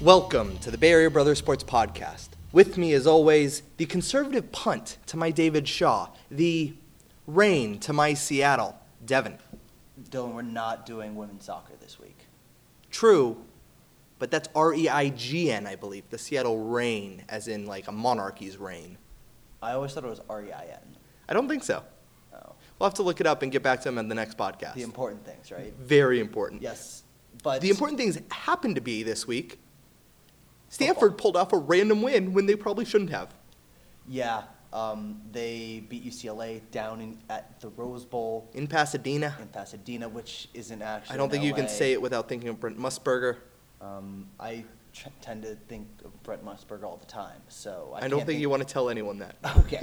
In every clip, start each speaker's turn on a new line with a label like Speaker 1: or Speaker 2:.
Speaker 1: Welcome to the Bay Area Brothers Sports Podcast. With me, as always, the conservative punt to my David Shaw, the rain to my Seattle, Devin.
Speaker 2: Dylan, we're not doing women's soccer this week.
Speaker 1: True, but that's R E I G N, I believe, the Seattle rain, as in like a monarchy's reign.
Speaker 2: I always thought it was R-E-I-N.
Speaker 1: I don't think so.
Speaker 2: Oh,
Speaker 1: We'll have to look it up and get back to him in the next podcast.
Speaker 2: the important things, right?
Speaker 1: Very important.
Speaker 2: Yes, but
Speaker 1: The important things happened to be this week Stanford pulled off a random win when they probably shouldn't have.
Speaker 2: Yeah, um, they beat UCLA down in, at the Rose Bowl
Speaker 1: In Pasadena.
Speaker 2: in Pasadena, which isn't actually.
Speaker 1: I don't
Speaker 2: in
Speaker 1: think you can
Speaker 2: LA.
Speaker 1: say it without thinking of Brent Musburger.
Speaker 2: Um, I tr- tend to think of Brett Musburger all the time, so I,
Speaker 1: I, don't
Speaker 2: can't
Speaker 1: think, you want to tell anyone that.
Speaker 2: Okay.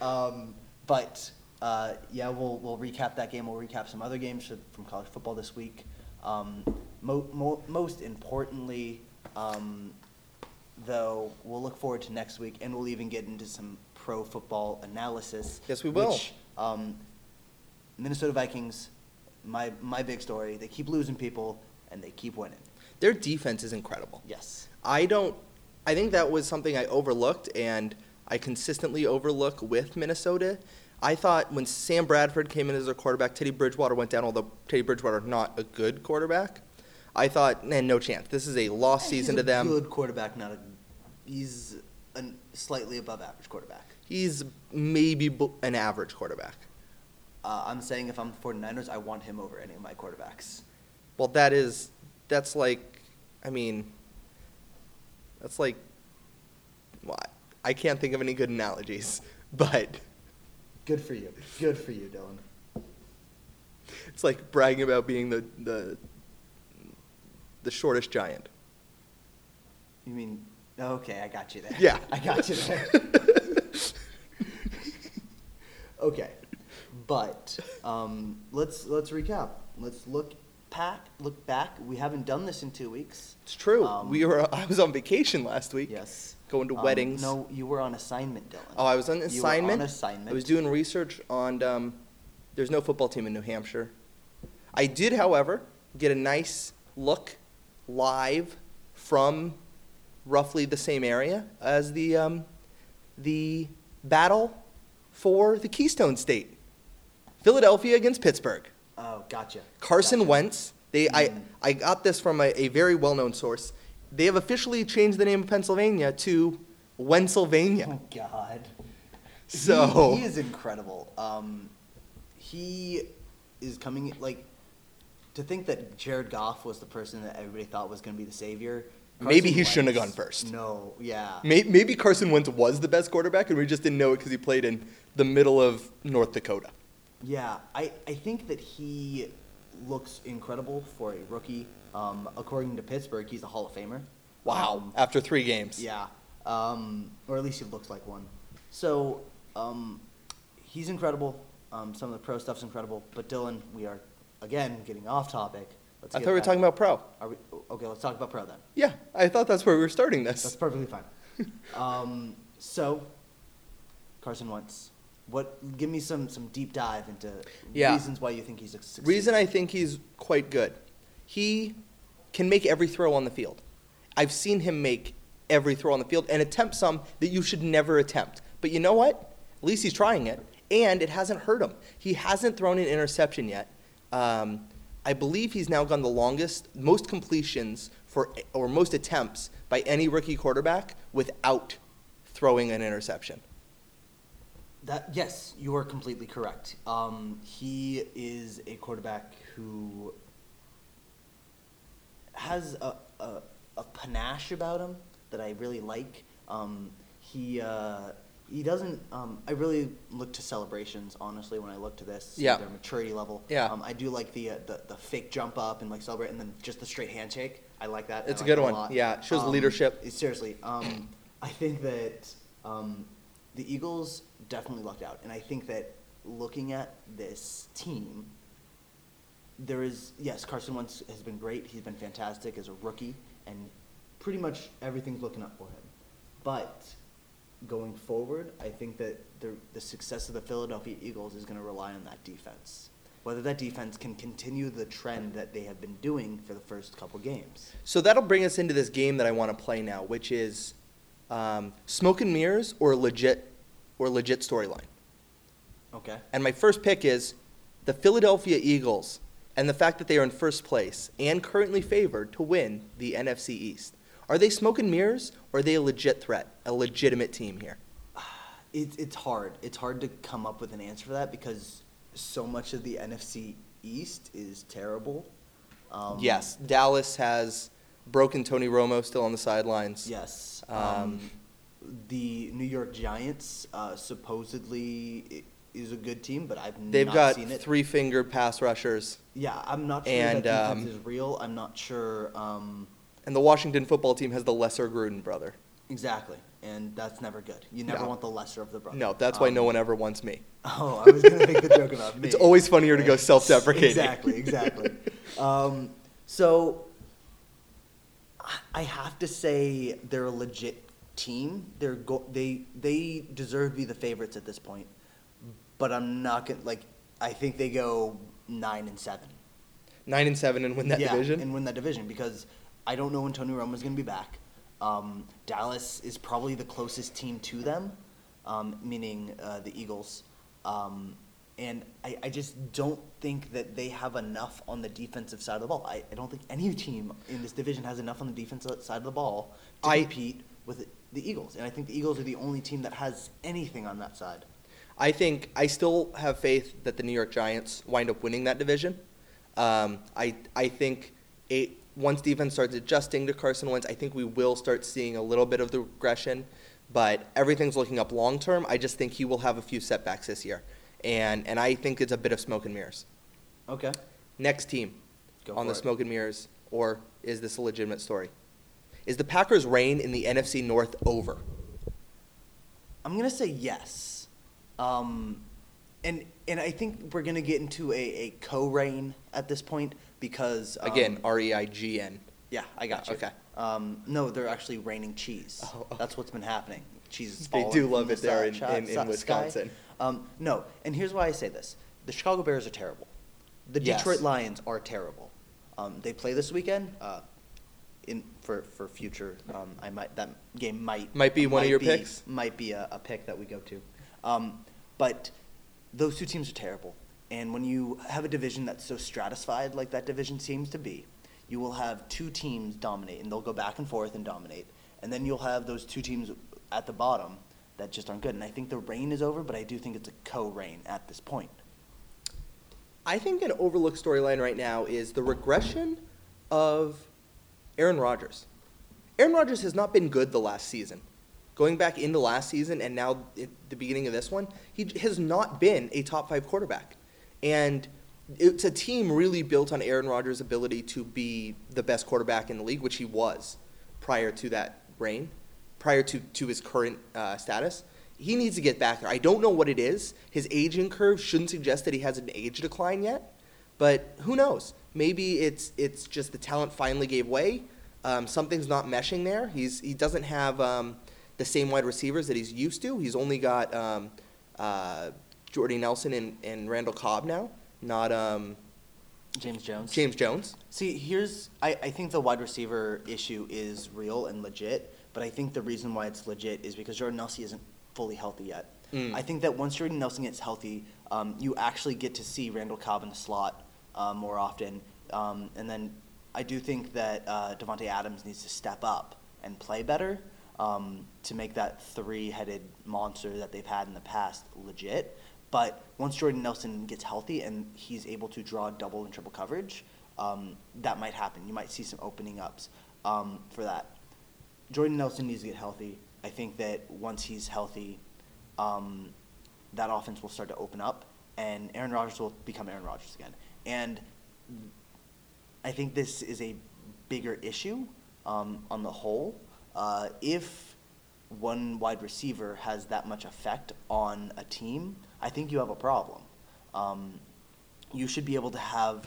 Speaker 2: um, but uh, yeah, we'll, we'll recap that game. We'll recap some other games for, from college football this week. Um, mo- mo- most importantly, um, though, we'll look forward to next week, and we'll even get into some pro football analysis.
Speaker 1: Yes, we will.
Speaker 2: Which, um, Minnesota Vikings, my my big story. They keep losing people, and they keep winning.
Speaker 1: Their defense is incredible.
Speaker 2: Yes.
Speaker 1: I don't. I think that was something I overlooked, and I consistently overlook with Minnesota. I thought when Sam Bradford came in as their quarterback, Teddy Bridgewater went down. Although Teddy Bridgewater not a good quarterback, I thought, man, no chance. This is a lost season
Speaker 2: he's
Speaker 1: to them.
Speaker 2: A good quarterback, not a. He's a slightly above average quarterback.
Speaker 1: He's maybe b- an average quarterback.
Speaker 2: Uh, I'm saying if I'm the 49ers, I want him over any of my quarterbacks.
Speaker 1: Well, that is that's like, I mean, that's like, well, I- I can't think of any good analogies, but
Speaker 2: Good for you. Good for you, Dylan.
Speaker 1: it's like bragging about being the the the shortest giant.
Speaker 2: You mean, okay, I got you there.
Speaker 1: Yeah,
Speaker 2: I got you there. okay. But um, let's, let's recap. Let's look back. Look back. We haven't done this in two weeks.
Speaker 1: it's true.
Speaker 2: Um,
Speaker 1: we were I was on vacation last week.
Speaker 2: Yes.
Speaker 1: going to
Speaker 2: Um,
Speaker 1: weddings.
Speaker 2: No, you were on assignment, Dylan.
Speaker 1: Oh, I was on
Speaker 2: You were on
Speaker 1: assignment.
Speaker 2: assignment.
Speaker 1: I was doing research on. Um, there's no football team in New Hampshire. I did, however, get a nice look live from roughly the same area as the um, the battle for the Keystone State, Philadelphia against Pittsburgh.
Speaker 2: Oh, gotcha.
Speaker 1: Carson
Speaker 2: Gotcha.
Speaker 1: Wentz. They,
Speaker 2: Mm.
Speaker 1: I, I got this from a, a very well-known source. They have officially changed the name of Pennsylvania to Wennsylvania.
Speaker 2: Oh, God.
Speaker 1: So
Speaker 2: he, he is incredible. Um, he is coming like to think that Jared Goff was the person that everybody thought was going to be the savior.
Speaker 1: Maybe
Speaker 2: Carson
Speaker 1: he shouldn't have
Speaker 2: Wentz-
Speaker 1: gone first.
Speaker 2: No, yeah,
Speaker 1: May- Maybe Carson Wentz was the best quarterback, and we just didn't know it because he played in the middle of North Dakota.
Speaker 2: yeah. I, I think that he looks incredible for a rookie. Um, according to Pittsburgh, he's a Hall of Famer.
Speaker 1: Wow.
Speaker 2: Um,
Speaker 1: After three games.
Speaker 2: Yeah, um, or at least he looks like one. So um, he's incredible. Um, some of the pro stuff's incredible. But Dylan, we are again getting off topic. Let's
Speaker 1: I
Speaker 2: get
Speaker 1: thought we were
Speaker 2: back-
Speaker 1: talking about pro.
Speaker 2: Are we, okay, let's talk about pro then.
Speaker 1: Yeah, I thought that's where we were starting
Speaker 2: That's
Speaker 1: this.
Speaker 2: perfectly fine. um, so, Carson Wentz, what? Give me some some deep dive into
Speaker 1: Yeah.
Speaker 2: reasons why you think he's a success.
Speaker 1: Reason I think he's quite good. He can make every throw on the field. I've seen him make every throw on the field and attempt some that you should never attempt. But you know what? At least he's trying it, and it hasn't hurt him. He hasn't thrown an interception yet. Um, I believe he's now gone the longest, most completions for or most attempts by any rookie quarterback without throwing an interception.
Speaker 2: That yes, you are completely correct. Um, he is a quarterback who has a, a, a panache about him that I really like. Um, he uh, he doesn't. Um, I really look to celebrations honestly when I look to this.
Speaker 1: Yeah.
Speaker 2: Their maturity level.
Speaker 1: Yeah.
Speaker 2: Um, I do like the, uh, the the fake jump up and like celebrate, and then just the straight handshake. I like that. I
Speaker 1: It's a
Speaker 2: like
Speaker 1: good
Speaker 2: that
Speaker 1: one.
Speaker 2: lot.
Speaker 1: Yeah, it shows
Speaker 2: Um,
Speaker 1: leadership.
Speaker 2: Seriously, um, I think that um, the Eagles definitely lucked out, and I think that looking at this team, there is yes, Carson Wentz has been great. He's been fantastic as a rookie, and pretty much everything's looking up for him. But going forward, I think that the the success of the Philadelphia Eagles is going to rely on that defense. whether that defense can continue the trend that they have been doing for the first couple games.
Speaker 1: So that'll bring us into this game that I want to play now, which is um, smoke and mirrors or legit or legit storyline.
Speaker 2: Okay.
Speaker 1: And my first pick is the Philadelphia Eagles and the fact that they are in first place and currently favored to win the NFC East. Are they smoke and mirrors or are they a legit threat, a legitimate team here?
Speaker 2: It, it's hard. It's hard to come up with an answer for that because so much of the NFC East is terrible. Um,
Speaker 1: yes, Dallas has broken Tony Romo still on the sidelines.
Speaker 2: Yes.
Speaker 1: Um,
Speaker 2: Um, the New York Giants uh, supposedly i- is a good team, but I've
Speaker 1: They've
Speaker 2: not
Speaker 1: got
Speaker 2: seen it.
Speaker 1: three fingered pass rushers.
Speaker 2: Yeah, I'm not sure
Speaker 1: and,
Speaker 2: that
Speaker 1: um,
Speaker 2: defense is real. I'm not sure um,
Speaker 1: And the Washington football team has the lesser Gruden brother.
Speaker 2: exactly, and that's never good. You never
Speaker 1: No.
Speaker 2: want the lesser of the brother.
Speaker 1: No, that's why no
Speaker 2: Um,
Speaker 1: one ever wants me.
Speaker 2: Oh, I was gonna make the joke about me.
Speaker 1: It's always funnier to go
Speaker 2: Right?
Speaker 1: self-deprecating.
Speaker 2: Exactly, exactly. um, so I- I have to say they're a legit team. They're go- they they deserve to be the favorites at this point, but I'm not gonna like. I think they go nine and seven.
Speaker 1: Nine and seven and win that
Speaker 2: yeah,
Speaker 1: division.
Speaker 2: and win that division because I don't know when Tony Romo's going to be back. Um, Dallas is probably the closest team to them, um, meaning uh, the Eagles. Um, and I, I just don't think that they have enough on the defensive side of the ball. I, I don't think any team in this division has enough on the defensive side of the ball to
Speaker 1: I-
Speaker 2: compete with the Eagles. And I think the Eagles are the only team that has anything on that side.
Speaker 1: I think I still have faith that the New York Giants wind up winning that division. Um, I I think it, once defense starts adjusting to Carson Wentz, I think we will start seeing a little bit of the regression. But everything's looking up long term. I just think he will have a few setbacks this year, and and I think it's a bit of smoke and mirrors.
Speaker 2: Okay.
Speaker 1: Next team
Speaker 2: Go
Speaker 1: on
Speaker 2: for
Speaker 1: the
Speaker 2: it.
Speaker 1: smoke and mirrors, or is this a legitimate story? Is the Packers' reign in the NFC North over?
Speaker 2: I'm gonna say yes, um, and and I think we're gonna get into a, a co-reign at this point because um,
Speaker 1: Again, R E I G N.
Speaker 2: yeah, I got you.
Speaker 1: Okay.
Speaker 2: Um, no, they're actually raining cheese.
Speaker 1: Oh, okay.
Speaker 2: That's what's been happening. Cheese. is
Speaker 1: They
Speaker 2: falling
Speaker 1: do
Speaker 2: from
Speaker 1: love
Speaker 2: the
Speaker 1: it there
Speaker 2: si-
Speaker 1: in-
Speaker 2: shi-
Speaker 1: in- in
Speaker 2: si- sky.
Speaker 1: Wisconsin.
Speaker 2: Um, no, and here's why I say this: the Chicago Bears are terrible. The
Speaker 1: Yes.
Speaker 2: Detroit Lions are terrible. Um, they play this weekend. Uh, in for for future, um, I might that game might
Speaker 1: Might be one of your picks?
Speaker 2: Might be a, a pick that we go to. Um, but those two teams are terrible. And when you have a division that's so stratified like that division seems to be, you will have two teams dominate, and they'll go back and forth and dominate. And then you'll have those two teams at the bottom that just aren't good. And I think the rain is over, but I do think it's a co-rain at this point.
Speaker 1: I think an overlooked storyline right now is the regression of Aaron Rodgers. Aaron Rodgers has not been good the last season. Going back into last season and now at the beginning of this one, he j- has not been a top five quarterback. And it's a team really built on Aaron Rodgers' ability to be the best quarterback in the league, which he was prior to that reign, prior to, to his current uh, status. He needs to get back there. I don't know what it is. His aging curve shouldn't suggest that he has an age decline yet, but who knows? Maybe it's it's just the talent finally gave way. Um, something's not meshing there. He's he doesn't have um, the same wide receivers that he's used to. He's only got um, uh, Jordy Nelson and, and Randall Cobb now, not um,
Speaker 2: James Jones.
Speaker 1: James Jones.
Speaker 2: See, here's I, I think the wide receiver issue is real and legit, but I think the reason why it's legit is because Jordan Nelson isn't fully healthy yet.
Speaker 1: Mm.
Speaker 2: I think that once Jordan Nelson gets healthy, um, you actually get to see Randall Cobb in the slot uh, more often, um, and then I do think that uh, Devonte Adams needs to step up and play better um, to make that three-headed monster that they've had in the past legit. But once Jordan Nelson gets healthy and he's able to draw double and triple coverage, um, that might happen. You might see some opening ups um, for that. Jordan Nelson needs to get healthy. I think that once he's healthy, um, that offense will start to open up, and Aaron Rodgers will become Aaron Rodgers again. And I think this is a bigger issue um, on the whole. Uh, if one wide receiver has that much effect on a team, I think you have a problem. Um, you should be able to have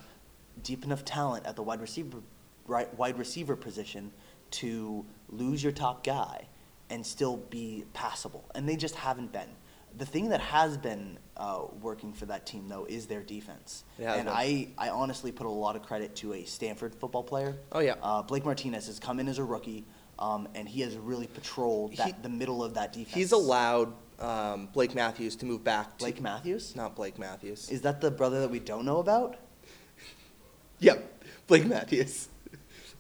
Speaker 2: deep enough talent at the wide receiver right, wide receiver position to lose your top guy and still be passable, and they just haven't been. the thing that has been uh, working for that team though is their defense.
Speaker 1: It has
Speaker 2: and
Speaker 1: been.
Speaker 2: I, I honestly put a lot of credit to a Stanford football player.
Speaker 1: Oh, yeah.
Speaker 2: Uh, Blake Martinez has come in as a rookie, um, and he has really patrolled that,
Speaker 1: He-
Speaker 2: the middle of that defense.
Speaker 1: He's allowed um, Blake Matthews to move back. To,
Speaker 2: Blake Matthews.
Speaker 1: not Blake Matthews.
Speaker 2: Is that the brother that we don't know about?
Speaker 1: yeah, Blake Matthews.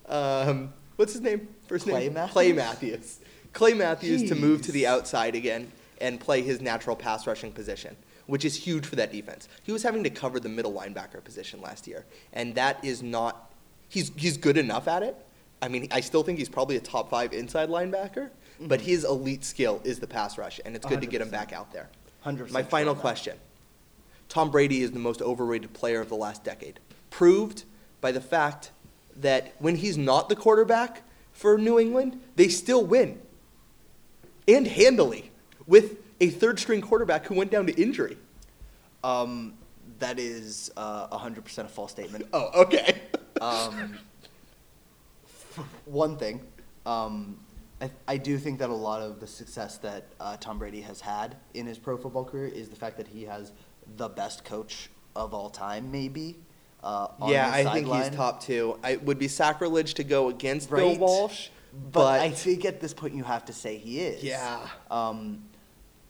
Speaker 1: Um, what's his name? First
Speaker 2: Clay
Speaker 1: name?
Speaker 2: Matthews?
Speaker 1: Clay Matthews. Clay Matthews to move to the
Speaker 2: Jeez.
Speaker 1: outside again and play his natural pass rushing position, which is huge for that defense. He was having to cover the middle linebacker position last year, and that is not. He's he's good enough at it. I mean, I still think he's probably a top five inside linebacker, but
Speaker 2: Mm-hmm.
Speaker 1: his elite skill is the pass rush, and it's good to get him
Speaker 2: 100%.
Speaker 1: back out there.
Speaker 2: 100%
Speaker 1: My
Speaker 2: sure
Speaker 1: final
Speaker 2: on that.
Speaker 1: question. Tom Brady is the most overrated player of the last decade, proved by the fact that when he's not the quarterback for New England, they still win. And handily, with a third string quarterback who went down to injury.
Speaker 2: Um, that is uh, 100% a false statement.
Speaker 1: Oh, okay.
Speaker 2: Um, one thing, um, I, I do think that a lot of the success that uh, Tom Brady has had in his pro football career is the fact that he has the best coach of all time, maybe. Uh, on
Speaker 1: yeah,
Speaker 2: his
Speaker 1: I think
Speaker 2: sideline.
Speaker 1: he's top two. I- It would be sacrilege to go against Bill
Speaker 2: Right.
Speaker 1: Walsh,
Speaker 2: But,
Speaker 1: but,
Speaker 2: I think at this point you have to say he is.
Speaker 1: Yeah.
Speaker 2: Um,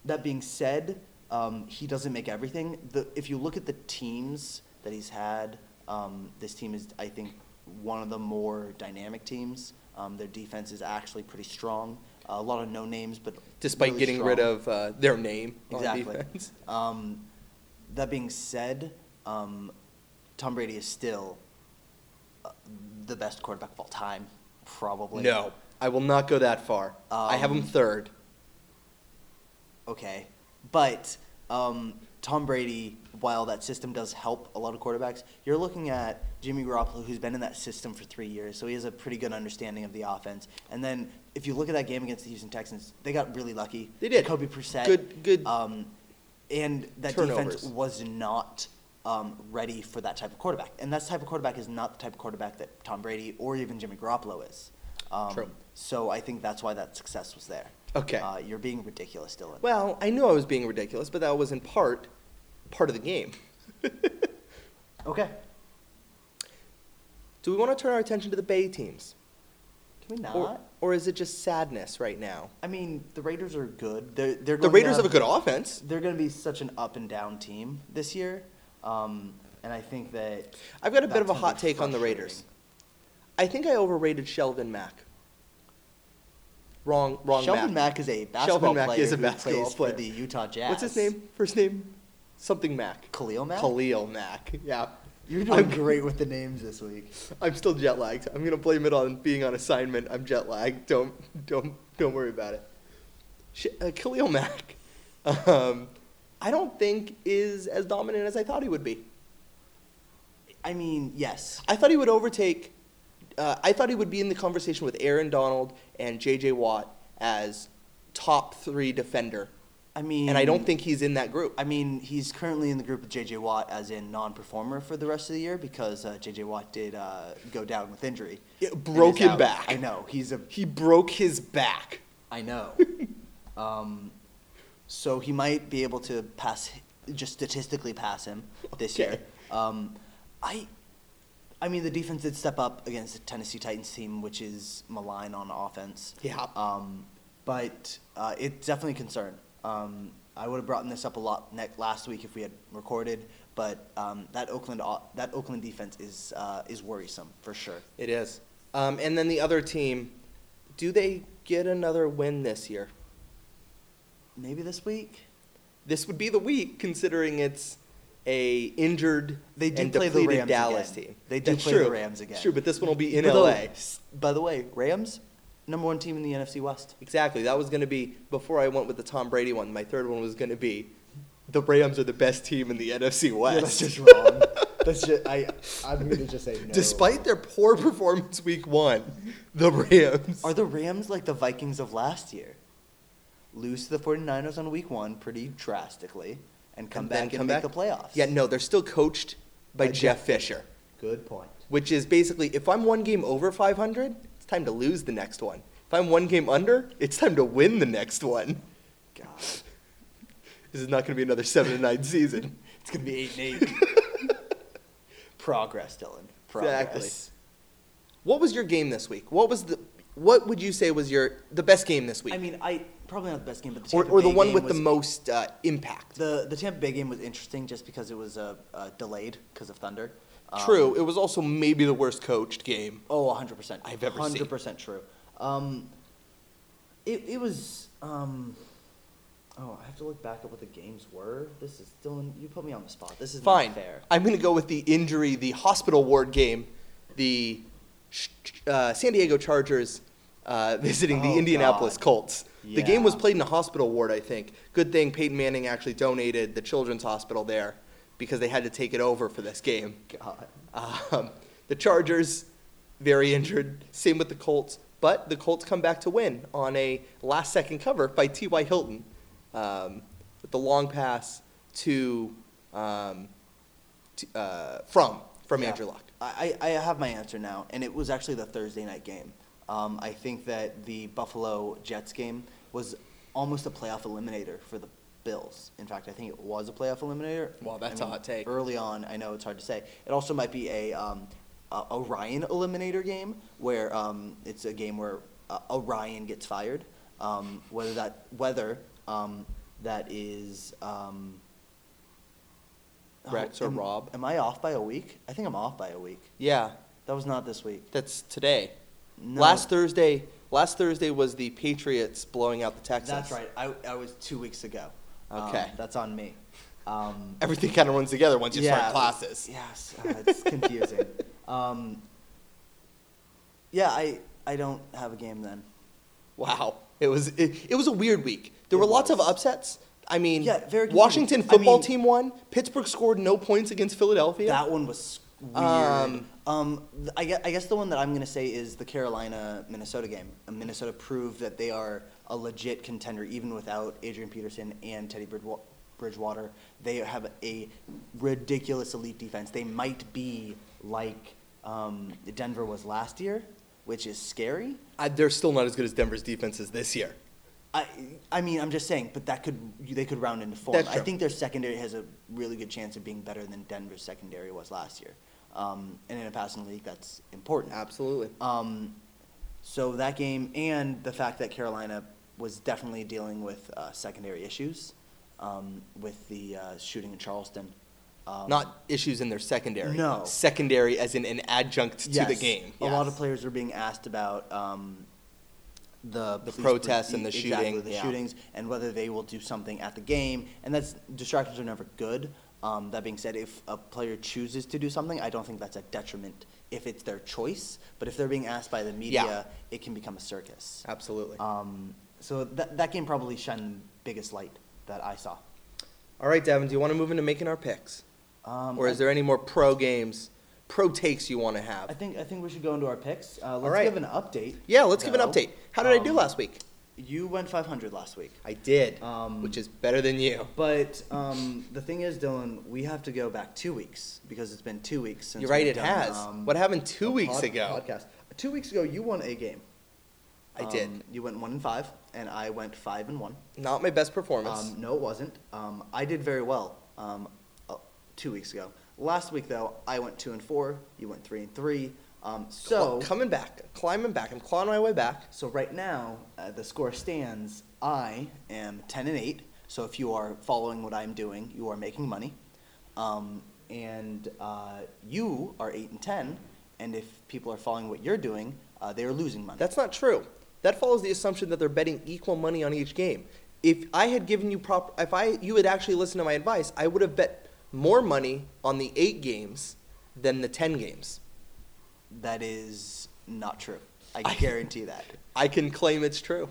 Speaker 2: that being said, um, he doesn't make everything. The, if you look at the teams that he's had, um, this team is, I think, one of the more dynamic teams. Um, their defense is actually pretty strong. a lot of no names, but
Speaker 1: despite
Speaker 2: really
Speaker 1: getting rid
Speaker 2: strong.
Speaker 1: of uh, their name on
Speaker 2: Exactly.
Speaker 1: defense.
Speaker 2: Um, that being said, um, Tom Brady is still uh, the best quarterback of all time, probably.
Speaker 1: No, I will not go that far. I have him
Speaker 2: Um,
Speaker 1: third.
Speaker 2: Okay, but um, Tom Brady, while that system does help a lot of quarterbacks, you're looking at Jimmy Garoppolo, who's been in that system for three years, so he has a pretty good understanding of the offense. And then if you look at that game against the Houston Texans, they got really lucky.
Speaker 1: They did.
Speaker 2: Kobe Brissett.
Speaker 1: Good- good
Speaker 2: Um, and that
Speaker 1: turnovers.
Speaker 2: defense was not um, ready for that type of quarterback. And that type of quarterback is not the type of quarterback that Tom Brady or even Jimmy Garoppolo is. Um,
Speaker 1: True.
Speaker 2: So I think that's why that success was there.
Speaker 1: Okay.
Speaker 2: Uh, you're being ridiculous, Dylan.
Speaker 1: Well, I knew I was being ridiculous, but that was in part part of the game.
Speaker 2: Okay.
Speaker 1: Do we want to turn our attention to the Bay teams?
Speaker 2: Can we not?
Speaker 1: Or, or is it just sadness right now?
Speaker 2: I mean, the Raiders are good. They're they're
Speaker 1: The
Speaker 2: going
Speaker 1: Raiders
Speaker 2: to
Speaker 1: have a good offense.
Speaker 2: They're going to be such an up and down team this year, um, and I think that
Speaker 1: I've got a bit
Speaker 2: that's
Speaker 1: of a
Speaker 2: gonna
Speaker 1: hot
Speaker 2: be
Speaker 1: take on the Raiders.
Speaker 2: frustrating.
Speaker 1: I think I overrated Sheldon Mack. Wrong, wrong. Mack.
Speaker 2: Shelvin Mack is a basketball
Speaker 1: Shelvin Mack
Speaker 2: player
Speaker 1: is a
Speaker 2: who
Speaker 1: basketball
Speaker 2: plays
Speaker 1: player.
Speaker 2: for the Utah Jazz.
Speaker 1: What's his name? First name? Something Mack.
Speaker 2: Khalil Mack.
Speaker 1: Khalil Mack. Yeah.
Speaker 2: You're doing
Speaker 1: I'm-
Speaker 2: great with the names this week.
Speaker 1: I'm still jet lagged. I'm gonna blame it on being on assignment. I'm jet lagged. Don't don't don't worry about it. Sh- uh, Khalil Mack, um, I don't think is as dominant as I thought he would be.
Speaker 2: I mean, yes,
Speaker 1: I thought he would overtake. Uh, I thought he would be in the conversation with Aaron Donald and J.J. Watt as top three defender,
Speaker 2: I mean,
Speaker 1: and I don't think he's in that group.
Speaker 2: I mean, he's currently in the group with J.J. Watt as in non-performer for the rest of the year because uh, J.J. Watt did uh, go down with injury.
Speaker 1: It
Speaker 2: and
Speaker 1: broke
Speaker 2: is
Speaker 1: him
Speaker 2: out.
Speaker 1: back.
Speaker 2: I know. He's a.
Speaker 1: He broke his back.
Speaker 2: I know. um, so he might be able to pass, just statistically pass him this
Speaker 1: Okay.
Speaker 2: year. Um, I, I mean, the defense did step up against the Tennessee Titans team, which is malign on offense.
Speaker 1: Yeah.
Speaker 2: Um, but uh, it's definitely a concern. Um, I would have brought this up a lot ne- last week if we had recorded, but um, that Oakland o- that Oakland defense is uh, is worrisome for sure.
Speaker 1: It is. Um, and then the other team, do they get another win this year?
Speaker 2: Maybe this week
Speaker 1: this would be the week considering it's a injured
Speaker 2: They do
Speaker 1: and
Speaker 2: play the
Speaker 1: depleted
Speaker 2: Rams
Speaker 1: Dallas
Speaker 2: again.
Speaker 1: team.
Speaker 2: They do
Speaker 1: That's
Speaker 2: play the
Speaker 1: true.
Speaker 2: Rams again.
Speaker 1: Sure, but this one will be in
Speaker 2: By the-
Speaker 1: LA.
Speaker 2: by the way, Rams, number one team in the NFC West.
Speaker 1: Exactly. That was going to be before I went with the Tom Brady one. My third one was going to be the Rams are the best team in the NFC West.
Speaker 2: wrong. that's just I. I'm gonna just say no.
Speaker 1: Despite their poor performance week one, the Rams.
Speaker 2: Are the Rams like the Vikings of last year? Lose to the 49ers on week one pretty drastically and come
Speaker 1: And
Speaker 2: back
Speaker 1: then
Speaker 2: and
Speaker 1: come
Speaker 2: make
Speaker 1: back?
Speaker 2: the playoffs.
Speaker 1: Yeah, no, they're still coached by
Speaker 2: By
Speaker 1: Jeff
Speaker 2: Jeff
Speaker 1: Fisher,
Speaker 2: Good point.
Speaker 1: which is basically if I'm one game over 500, it's time to lose the next one. If I'm one game under, it's time to win the next one.
Speaker 2: God.
Speaker 1: This is not going to be another seven and nine season.
Speaker 2: It's gonna be eight and eight. Progress, Dylan. Progress.
Speaker 1: What was your game this week? What was the what would you say was your the best game this week?
Speaker 2: I mean, I probably not the best game, but the
Speaker 1: or,
Speaker 2: Tampa
Speaker 1: or the
Speaker 2: Bay
Speaker 1: one
Speaker 2: game
Speaker 1: with the
Speaker 2: was-
Speaker 1: most uh, impact.
Speaker 2: The the Tampa Bay game was interesting just because it was uh, uh, delayed because of thunder. Um,
Speaker 1: True, it was also maybe the worst coached game.
Speaker 2: Oh, 100%.
Speaker 1: I've ever seen.
Speaker 2: 100% true. Um, it, it was. Um, oh, I have to look back at what the games were. This is Dylan. You put me on the spot. This is
Speaker 1: Fine.
Speaker 2: not fair.
Speaker 1: I'm going to go with the injury, the hospital ward game, the sh- uh, San Diego Chargers uh, visiting the
Speaker 2: Oh,
Speaker 1: Indianapolis
Speaker 2: God.
Speaker 1: Colts. The game was
Speaker 2: Yeah.
Speaker 1: played in a hospital ward, I think. Good thing Peyton Manning actually donated the children's hospital there because they had to take it over for this game.
Speaker 2: God.
Speaker 1: Um, the Chargers, very injured. Same with the Colts. But the Colts come back to win on a last second cover by T.Y. Hilton um, with the long pass to, um, t- uh, from, from
Speaker 2: Yeah.
Speaker 1: Andrew Luck.
Speaker 2: I, I I have my answer now, and it was actually the Thursday night game. Um, I think that the Buffalo Jets game was almost a playoff eliminator for the Bills. In fact, I think it was a playoff eliminator.
Speaker 1: Wow, that's
Speaker 2: I
Speaker 1: a hot take.
Speaker 2: Early on, I know it's hard to say. It also might be a um, a Orion eliminator game where um, it's a game where uh, Orion gets fired. Um, whether that whether um, that is. Um, oh,
Speaker 1: Rex or
Speaker 2: am-
Speaker 1: Rob?
Speaker 2: Am I off by a week? I think I'm off by a week.
Speaker 1: Yeah,
Speaker 2: That was not this week.
Speaker 1: that's today.
Speaker 2: No.
Speaker 1: Last Thursday, last Thursday was the Patriots blowing out the Texans.
Speaker 2: That's right. I, I was two weeks ago. Um,
Speaker 1: Okay.
Speaker 2: that's on me. Um,
Speaker 1: Everything kind of runs together once you
Speaker 2: yeah,
Speaker 1: start classes.
Speaker 2: Yes, uh, it's confusing. um, yeah, I I don't have a game then.
Speaker 1: Wow, it was it, it was a weird week. There
Speaker 2: It
Speaker 1: were lots of
Speaker 2: was.
Speaker 1: upsets. I mean,
Speaker 2: Yeah, very confusing.
Speaker 1: Washington
Speaker 2: I
Speaker 1: football
Speaker 2: mean-
Speaker 1: team won. Pittsburgh scored no points against Philadelphia.
Speaker 2: That one was weird.
Speaker 1: Um,
Speaker 2: Um, th- I, guess, I guess the one that I'm going to say is the Carolina Minnesota game. Uh, Minnesota proved that they are a legit contender, even without Adrian Peterson and Teddy Bridgewa- Bridgewater. They have a ridiculous elite defense. They might be like um, Denver was last year, which is scary.
Speaker 1: I, they're still not as good as Denver's defense is this year.
Speaker 2: I, I mean, I'm just saying, but that could they could round into form.
Speaker 1: That's
Speaker 2: I
Speaker 1: true.
Speaker 2: think their secondary has a really good chance of being better than Denver's secondary was last year. Um, and in a passing league, that's important.
Speaker 1: Absolutely.
Speaker 2: Um, so that game and the fact that Carolina was definitely dealing with uh, secondary issues um, with the uh, shooting in Charleston. Um,
Speaker 1: not issues in their secondary.
Speaker 2: No.
Speaker 1: Secondary as in an adjunct to the
Speaker 2: Yes.
Speaker 1: game.
Speaker 2: A lot of
Speaker 1: Yes.
Speaker 2: players were being asked about um, the
Speaker 1: The
Speaker 2: police
Speaker 1: protests and the
Speaker 2: exactly,
Speaker 1: shooting,
Speaker 2: the
Speaker 1: yeah.
Speaker 2: shootings, and whether they will do something at the game. And that's distractions are never good. Um, that being said, if a player chooses to do something, I don't think that's a detriment if it's their choice. But if they're being asked by the media, it can become a circus.
Speaker 1: Absolutely.
Speaker 2: Um, so that that game probably shined the biggest light that I saw.
Speaker 1: All right, Devin, do you want to move into making our picks?
Speaker 2: Um,
Speaker 1: or is
Speaker 2: I-
Speaker 1: there any more pro games, pro takes you want to have?
Speaker 2: I think I think we should go into our picks. Uh, let's
Speaker 1: right.
Speaker 2: give an update.
Speaker 1: yeah, let's give an
Speaker 2: though.
Speaker 1: update. How did I do
Speaker 2: Um,
Speaker 1: last week?
Speaker 2: You went 500 last week.
Speaker 1: I did,
Speaker 2: um,
Speaker 1: which is better than you.
Speaker 2: But um, the thing is, Dylan, we have to go back two weeks because it's been two weeks since
Speaker 1: You're right,
Speaker 2: we've
Speaker 1: it
Speaker 2: done,
Speaker 1: has.
Speaker 2: um,
Speaker 1: what happened two
Speaker 2: a
Speaker 1: weeks
Speaker 2: pod-
Speaker 1: ago?
Speaker 2: Podcast. Two weeks ago, you won a game. Um,
Speaker 1: I did.
Speaker 2: You went one and five, and I went five and one.
Speaker 1: Not my best performance.
Speaker 2: Um, no, it wasn't. Um, I did very well um, uh, two weeks ago. Last week, though, I went two and four. You went three and three. Um, so,
Speaker 1: Well, coming back, climbing back, I'm clawing my way back.
Speaker 2: so right now, uh, the score stands. I am ten and eight. So if you are following what I'm doing, you are making money. Um, and uh, you are eight and ten. And if people are following what you're doing, uh, they are losing money.
Speaker 1: That's not true. That follows the assumption that they're betting equal money on each game. If I had given you prop, if I you had actually listened to my advice, I would have bet more money on the eight games than the ten games.
Speaker 2: that is not true. I
Speaker 1: I-
Speaker 2: guarantee that.
Speaker 1: I can claim it's true.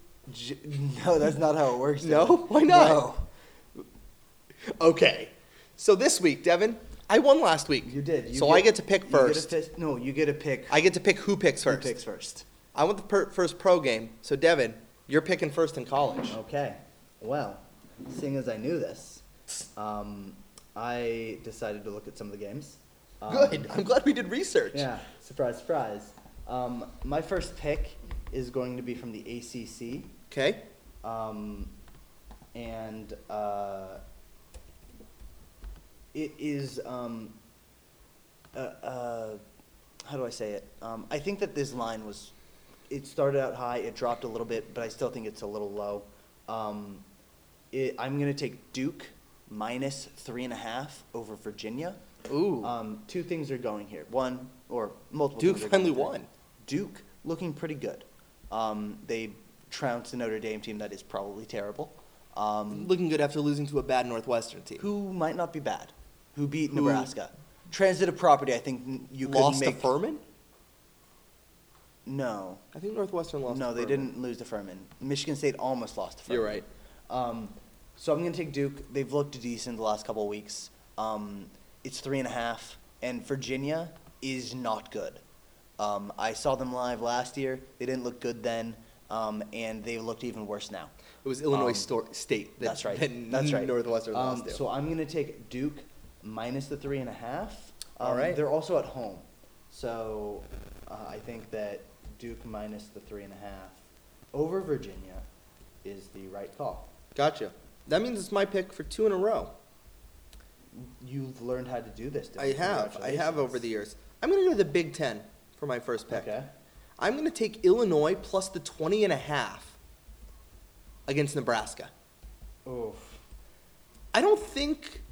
Speaker 2: J- no, that's not how it works.
Speaker 1: No?
Speaker 2: Dylan.
Speaker 1: Why not?
Speaker 2: No.
Speaker 1: Okay, so this week, Devin, I won last week.
Speaker 2: You did. You
Speaker 1: so I get to pick
Speaker 2: you get a
Speaker 1: first.
Speaker 2: pick- no, you get to pick.
Speaker 1: I get to pick who picks
Speaker 2: who
Speaker 1: first.
Speaker 2: picks first.
Speaker 1: I want the per- first pro game. So Devin, you're picking first in college.
Speaker 2: Okay. Well, seeing as I knew this, um, I decided to look at some of the games. Um,
Speaker 1: Good. I'm glad we did research.
Speaker 2: Yeah. Surprise, surprise. Um, my first pick is going to be from the ACC.
Speaker 1: Okay.
Speaker 2: Um, and uh, it is um, uh, uh, how do I say it? Um, I think that this line was it started out high, it dropped a little bit, but I still think it's a little low. Um, it, I'm gonna take Duke minus three and a half over Virginia.
Speaker 1: Ooh.
Speaker 2: Um, two things are going here. One or multiple.
Speaker 1: Duke
Speaker 2: things are
Speaker 1: finally
Speaker 2: going
Speaker 1: won.
Speaker 2: Duke looking pretty good. Um, they trounced a Notre Dame team that is probably terrible. Um,
Speaker 1: Looking good after losing to a bad Northwestern team.
Speaker 2: who might not be bad, who beat
Speaker 1: Who-
Speaker 2: Nebraska. Transitive property, I think you could
Speaker 1: lost
Speaker 2: make.
Speaker 1: to Furman?
Speaker 2: No,
Speaker 1: I think Northwestern lost.
Speaker 2: no,
Speaker 1: to
Speaker 2: they
Speaker 1: Furman.
Speaker 2: didn't lose to Furman. Michigan State almost lost to Furman.
Speaker 1: You're right.
Speaker 2: Um, so I'm going to take Duke. They've looked decent the last couple of weeks. Um, it's three and a half, and Virginia is not good. Um, I saw them live last year. They didn't look good then, um, and they looked even worse now.
Speaker 1: It was Illinois
Speaker 2: Um,
Speaker 1: Stor- State. That,
Speaker 2: That's right.
Speaker 1: that
Speaker 2: That's right.
Speaker 1: Northwestern
Speaker 2: Um,
Speaker 1: lost to.
Speaker 2: So I'm going to take Duke minus the three and a half. Um,
Speaker 1: All right.
Speaker 2: They're also at home, so uh, I think that Duke minus the three and a half over Virginia is the right call.
Speaker 1: gotcha. That means it's my pick for two in a row.
Speaker 2: You've learned how to do this. Dylan.
Speaker 1: I have. I have over the years. I'm going to go to the Big Ten for my first pick.
Speaker 2: Okay.
Speaker 1: I'm going to take Illinois plus the 20 and a half against Nebraska.
Speaker 2: Oof.
Speaker 1: I don't think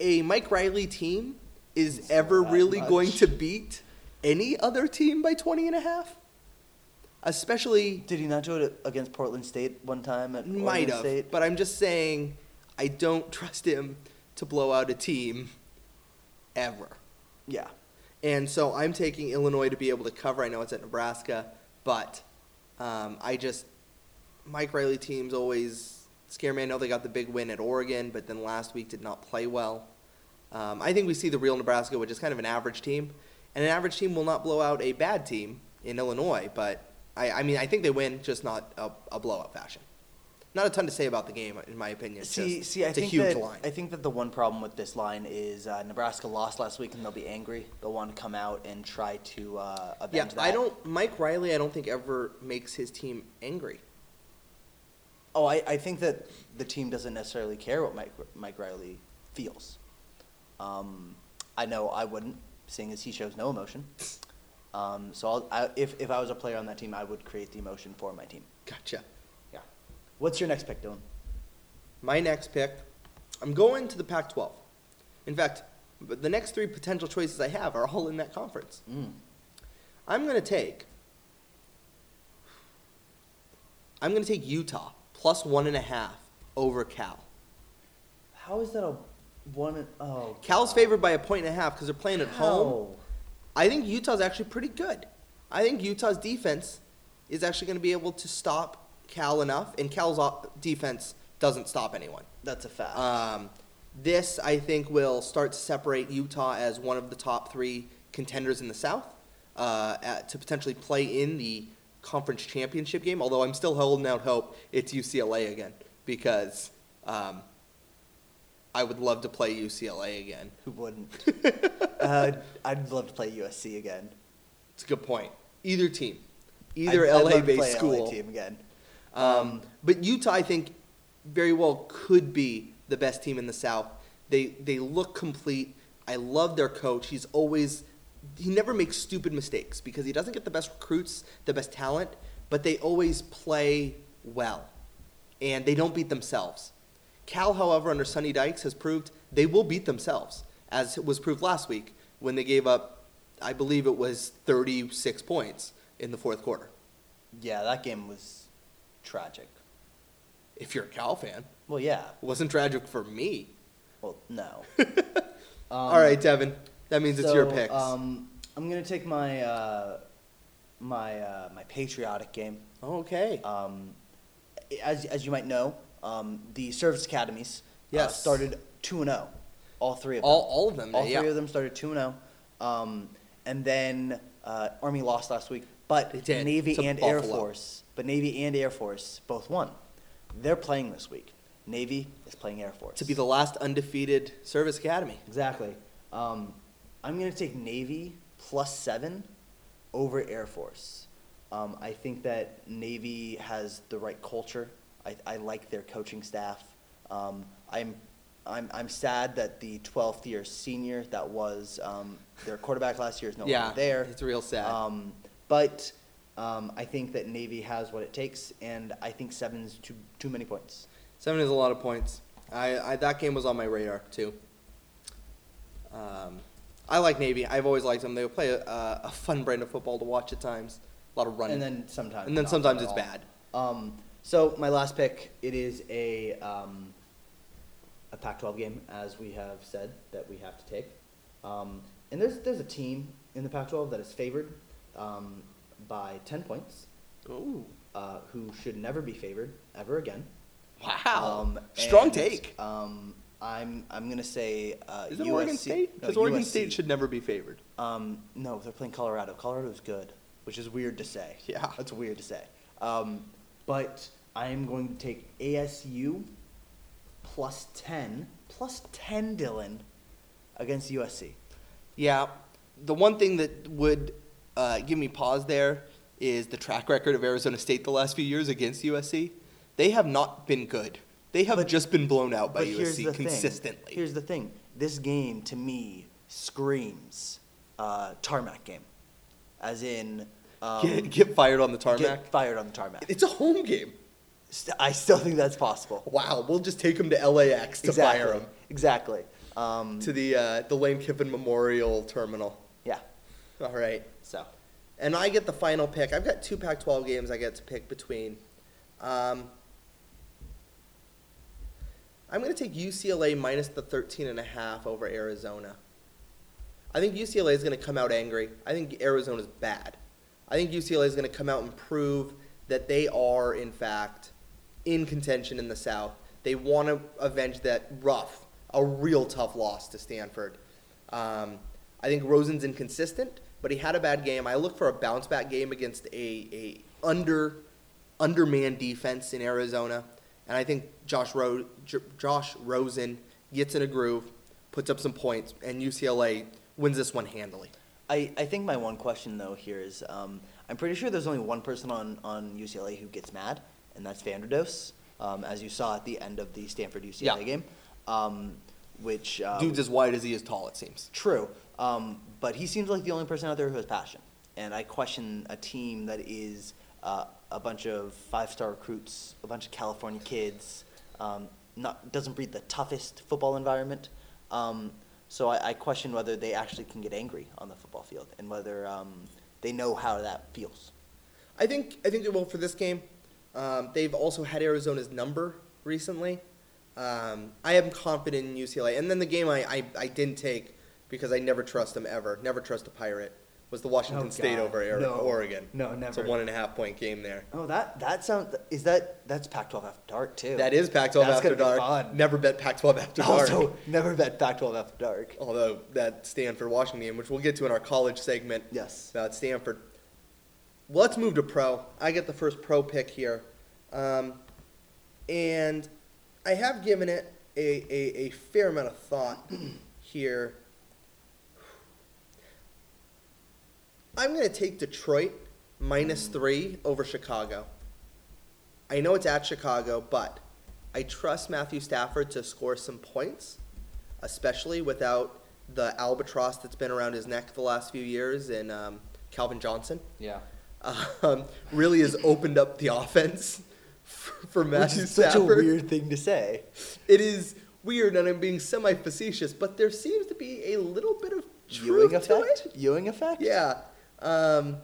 Speaker 1: a Mike Riley team is
Speaker 2: It's
Speaker 1: ever
Speaker 2: not
Speaker 1: really
Speaker 2: much.
Speaker 1: going to beat any other team by 20 and a half. Especially
Speaker 2: Did he not do it against Portland State one time at
Speaker 1: might
Speaker 2: Oregon
Speaker 1: have,
Speaker 2: State?
Speaker 1: but I'm just saying I don't trust him to blow out a team ever.
Speaker 2: yeah.
Speaker 1: And so I'm taking Illinois to be able to cover. I know it's at Nebraska, but um, I just Mike Riley teams always scare me. I know they got the big win at Oregon, but then last week did not play well. Um, I think we see the real Nebraska, which is kind of an average team, and an average team will not blow out a bad team in Illinois. But I, I mean, I think they win, just not a, a blowout fashion. Not a ton to say about the game, in my opinion. It's
Speaker 2: See,
Speaker 1: just-
Speaker 2: see, I
Speaker 1: it's a
Speaker 2: think
Speaker 1: huge
Speaker 2: that,
Speaker 1: line.
Speaker 2: I think that the one problem with this line is uh, Nebraska lost last week, and they'll be angry. They'll want to come out and try to uh,
Speaker 1: yeah,
Speaker 2: avenge that.
Speaker 1: I don't. Mike Riley, I don't think ever makes his team angry.
Speaker 2: Oh, I, I think that the team doesn't necessarily care what Mike, Mike Riley feels. Um, I know I wouldn't, seeing as he shows no emotion. Um, so I'll, I, if, if I was a player on that team, I would create the emotion for my team.
Speaker 1: Gotcha.
Speaker 2: Yeah. What's your next pick, Dylan?
Speaker 1: My next pick, I'm going to the Pac 12. In fact, but the next three potential choices I have are all in that conference.
Speaker 2: Mm.
Speaker 1: I'm going to take. I'm going to take Utah plus one and a half over Cal.
Speaker 2: How is that a one? Oh,
Speaker 1: Cal's
Speaker 2: God.
Speaker 1: favored by a point and a half because they're playing at home.
Speaker 2: How?
Speaker 1: I think Utah's actually pretty good. I think Utah's defense is actually going to be able to stop Cal enough, and Cal's o- defense doesn't stop anyone.
Speaker 2: That's a fact.
Speaker 1: Um, this, I think, will start to separate Utah as one of the top three contenders in the South uh, at, to potentially play in the conference championship game. Although I'm still holding out hope it's UCLA again because um, I would love to play UCLA again.
Speaker 2: Who wouldn't? uh, I'd love to play USC again.
Speaker 1: It's a good point. Either team, either
Speaker 2: I'd- I'd love to
Speaker 1: LA-based
Speaker 2: play
Speaker 1: school.
Speaker 2: LA team again.
Speaker 1: Um, but Utah, I think, very well could be the best team in the South. They they look complete. I love their coach. He's always he never makes stupid mistakes because he doesn't get the best recruits, the best talent, but they always play well, and they don't beat themselves. Cal, however, under Sonny Dykes, has proved they will beat themselves, as was proved last week when they gave up, I believe it was 36 points in the fourth quarter.
Speaker 2: Yeah, that game was tragic.
Speaker 1: If you're a Cal fan.
Speaker 2: Well, yeah.
Speaker 1: wasn't tragic for me.
Speaker 2: Well, no.
Speaker 1: All right, Devin. That means it's your
Speaker 2: Um, so,
Speaker 1: picks.
Speaker 2: Um, I'm gonna take my uh, my uh, my patriotic game.
Speaker 1: okay.
Speaker 2: Um, as as you might know, um, the service academies uh,
Speaker 1: Yes.
Speaker 2: started two and zero, all three of them.
Speaker 1: all, all of them.
Speaker 2: All
Speaker 1: yeah.
Speaker 2: three of them started 2 0. Um, and then uh, Army lost last week, but
Speaker 1: They did,
Speaker 2: Navy
Speaker 1: to
Speaker 2: and Air
Speaker 1: Buffalo.
Speaker 2: Force, but Navy and Air Force both won. They're playing this week. Navy is playing Air Force.
Speaker 1: To be the last undefeated service academy.
Speaker 2: Exactly. Um, I'm going to take Navy plus seven over Air Force. Um, I think that Navy has the right culture. I, I like their coaching staff. Um, I'm, I'm, I'm sad that the 12th year senior that was um, their quarterback last year is no
Speaker 1: Yeah,
Speaker 2: longer there.
Speaker 1: it's real sad.
Speaker 2: Um, but um, I think that Navy has what it takes, and I think seven's too too many points.
Speaker 1: Seven is a lot of points. I, I that game was on my radar too. Um, I like Navy. I've always liked them. They play a, a fun brand of football to watch at times. A lot of running.
Speaker 2: And then sometimes.
Speaker 1: And then
Speaker 2: not
Speaker 1: sometimes
Speaker 2: at
Speaker 1: it's
Speaker 2: all.
Speaker 1: bad.
Speaker 2: Um, so my last pick, it is a um, a Pac-12 game, as we have said that we have to take. Um, and there's there's a team in the Pac-12 that is favored um, by ten points,
Speaker 1: Ooh.
Speaker 2: uh, who should never be favored ever again.
Speaker 1: Wow.
Speaker 2: Um,
Speaker 1: Strong
Speaker 2: and,
Speaker 1: take.
Speaker 2: Um, I'm I'm gonna say uh,
Speaker 1: Is it
Speaker 2: USC.
Speaker 1: Oregon State?
Speaker 2: No,
Speaker 1: Because Oregon
Speaker 2: USC.
Speaker 1: State should never be favored.
Speaker 2: Um, no, they're playing Colorado. Colorado's good, which is weird to say.
Speaker 1: Yeah.
Speaker 2: That's weird to say. Um, but I am going to take ASU plus 10, plus 10, Dylan, against USC.
Speaker 1: Yeah. The one thing that would uh, give me pause there is the track record of Arizona State the last few years against USC. They have not been good. They have just been blown out by
Speaker 2: But here's the
Speaker 1: USC
Speaker 2: thing.
Speaker 1: consistently.
Speaker 2: Here's the thing. This game, to me, screams uh, tarmac game. As in, um,
Speaker 1: get, get fired on the tarmac.
Speaker 2: get fired on the tarmac.
Speaker 1: It's a home game.
Speaker 2: St- I still think that's possible.
Speaker 1: Wow, we'll just take him to LAX to
Speaker 2: exactly.
Speaker 1: fire him
Speaker 2: Exactly. Um,
Speaker 1: to the uh, the Lane Kiffin Memorial Terminal.
Speaker 2: yeah.
Speaker 1: All right,
Speaker 2: So.
Speaker 1: and I get the final pick. I've got two Pac-12 games I get to pick between. Um, I'm going to take UCLA minus the 13 and a half over Arizona. I think UCLA is going to come out angry. I think Arizona's bad. I think UCLA is going to come out and prove that they are, in fact, in contention in the South. They want to avenge that rough, a real tough loss to Stanford. Um, I think Rosen's inconsistent, but he had a bad game. I look for a bounce back game against a, a under underman defense in Arizona, and I think Josh Ro- J- Josh Rosen gets in a groove, puts up some points, and UCLA wins this one handily.
Speaker 2: I, I think my one question though here is um, I'm pretty sure there's only one person on, on UCLA who gets mad, and that's Vanderdoes, um, as you saw at the end of the Stanford UCLA
Speaker 1: Yeah.
Speaker 2: game, um, which uh,
Speaker 1: Dude's as wide as he is tall, it seems.
Speaker 2: true, um, but he seems like the only person out there who has passion, and I question a team that is uh, a bunch of five star recruits, a bunch of California kids, um, not doesn't breed the toughest football environment. Um, so I, I question whether they actually can get angry on the football field and whether um, they know how that feels.
Speaker 1: I think I think they will for this game. Um, they've also had Arizona's number recently. Um, I am confident in UCLA. And then the game I, I, I didn't take because I never trust them ever, never trust a pirate, was the Washington
Speaker 2: Oh,
Speaker 1: State
Speaker 2: God.
Speaker 1: over Ari-
Speaker 2: No.
Speaker 1: Oregon.
Speaker 2: No,
Speaker 1: It's a
Speaker 2: never.
Speaker 1: one and a half point game there.
Speaker 2: Oh, that that sounds is that that's Pac-12 after dark too.
Speaker 1: That is Pac-12
Speaker 2: That's
Speaker 1: After
Speaker 2: gonna
Speaker 1: Dark.
Speaker 2: be fun.
Speaker 1: Never bet Pac-12 After Dark.
Speaker 2: also never bet Pac-12 after dark.
Speaker 1: Although that Stanford Washington game, which we'll get to in our college segment.
Speaker 2: Yes.
Speaker 1: About Stanford. Well, let's move to pro. I get the first pro pick here, um, and I have given it a, a, a fair amount of thought here. I'm going to take Detroit minus three over Chicago. I know it's at Chicago, but I trust Matthew Stafford to score some points, especially without the albatross that's been around his neck the last few years and um, Calvin Johnson.
Speaker 2: Yeah.
Speaker 1: Um, really has opened up the offense for, for Matthew
Speaker 2: Which is such
Speaker 1: Stafford.
Speaker 2: a weird thing to say.
Speaker 1: It is weird, and I'm being semi facetious, but there seems to be a little bit of truth
Speaker 2: Ewing
Speaker 1: to
Speaker 2: effect?
Speaker 1: it.
Speaker 2: Ewing effect?
Speaker 1: Yeah. Um,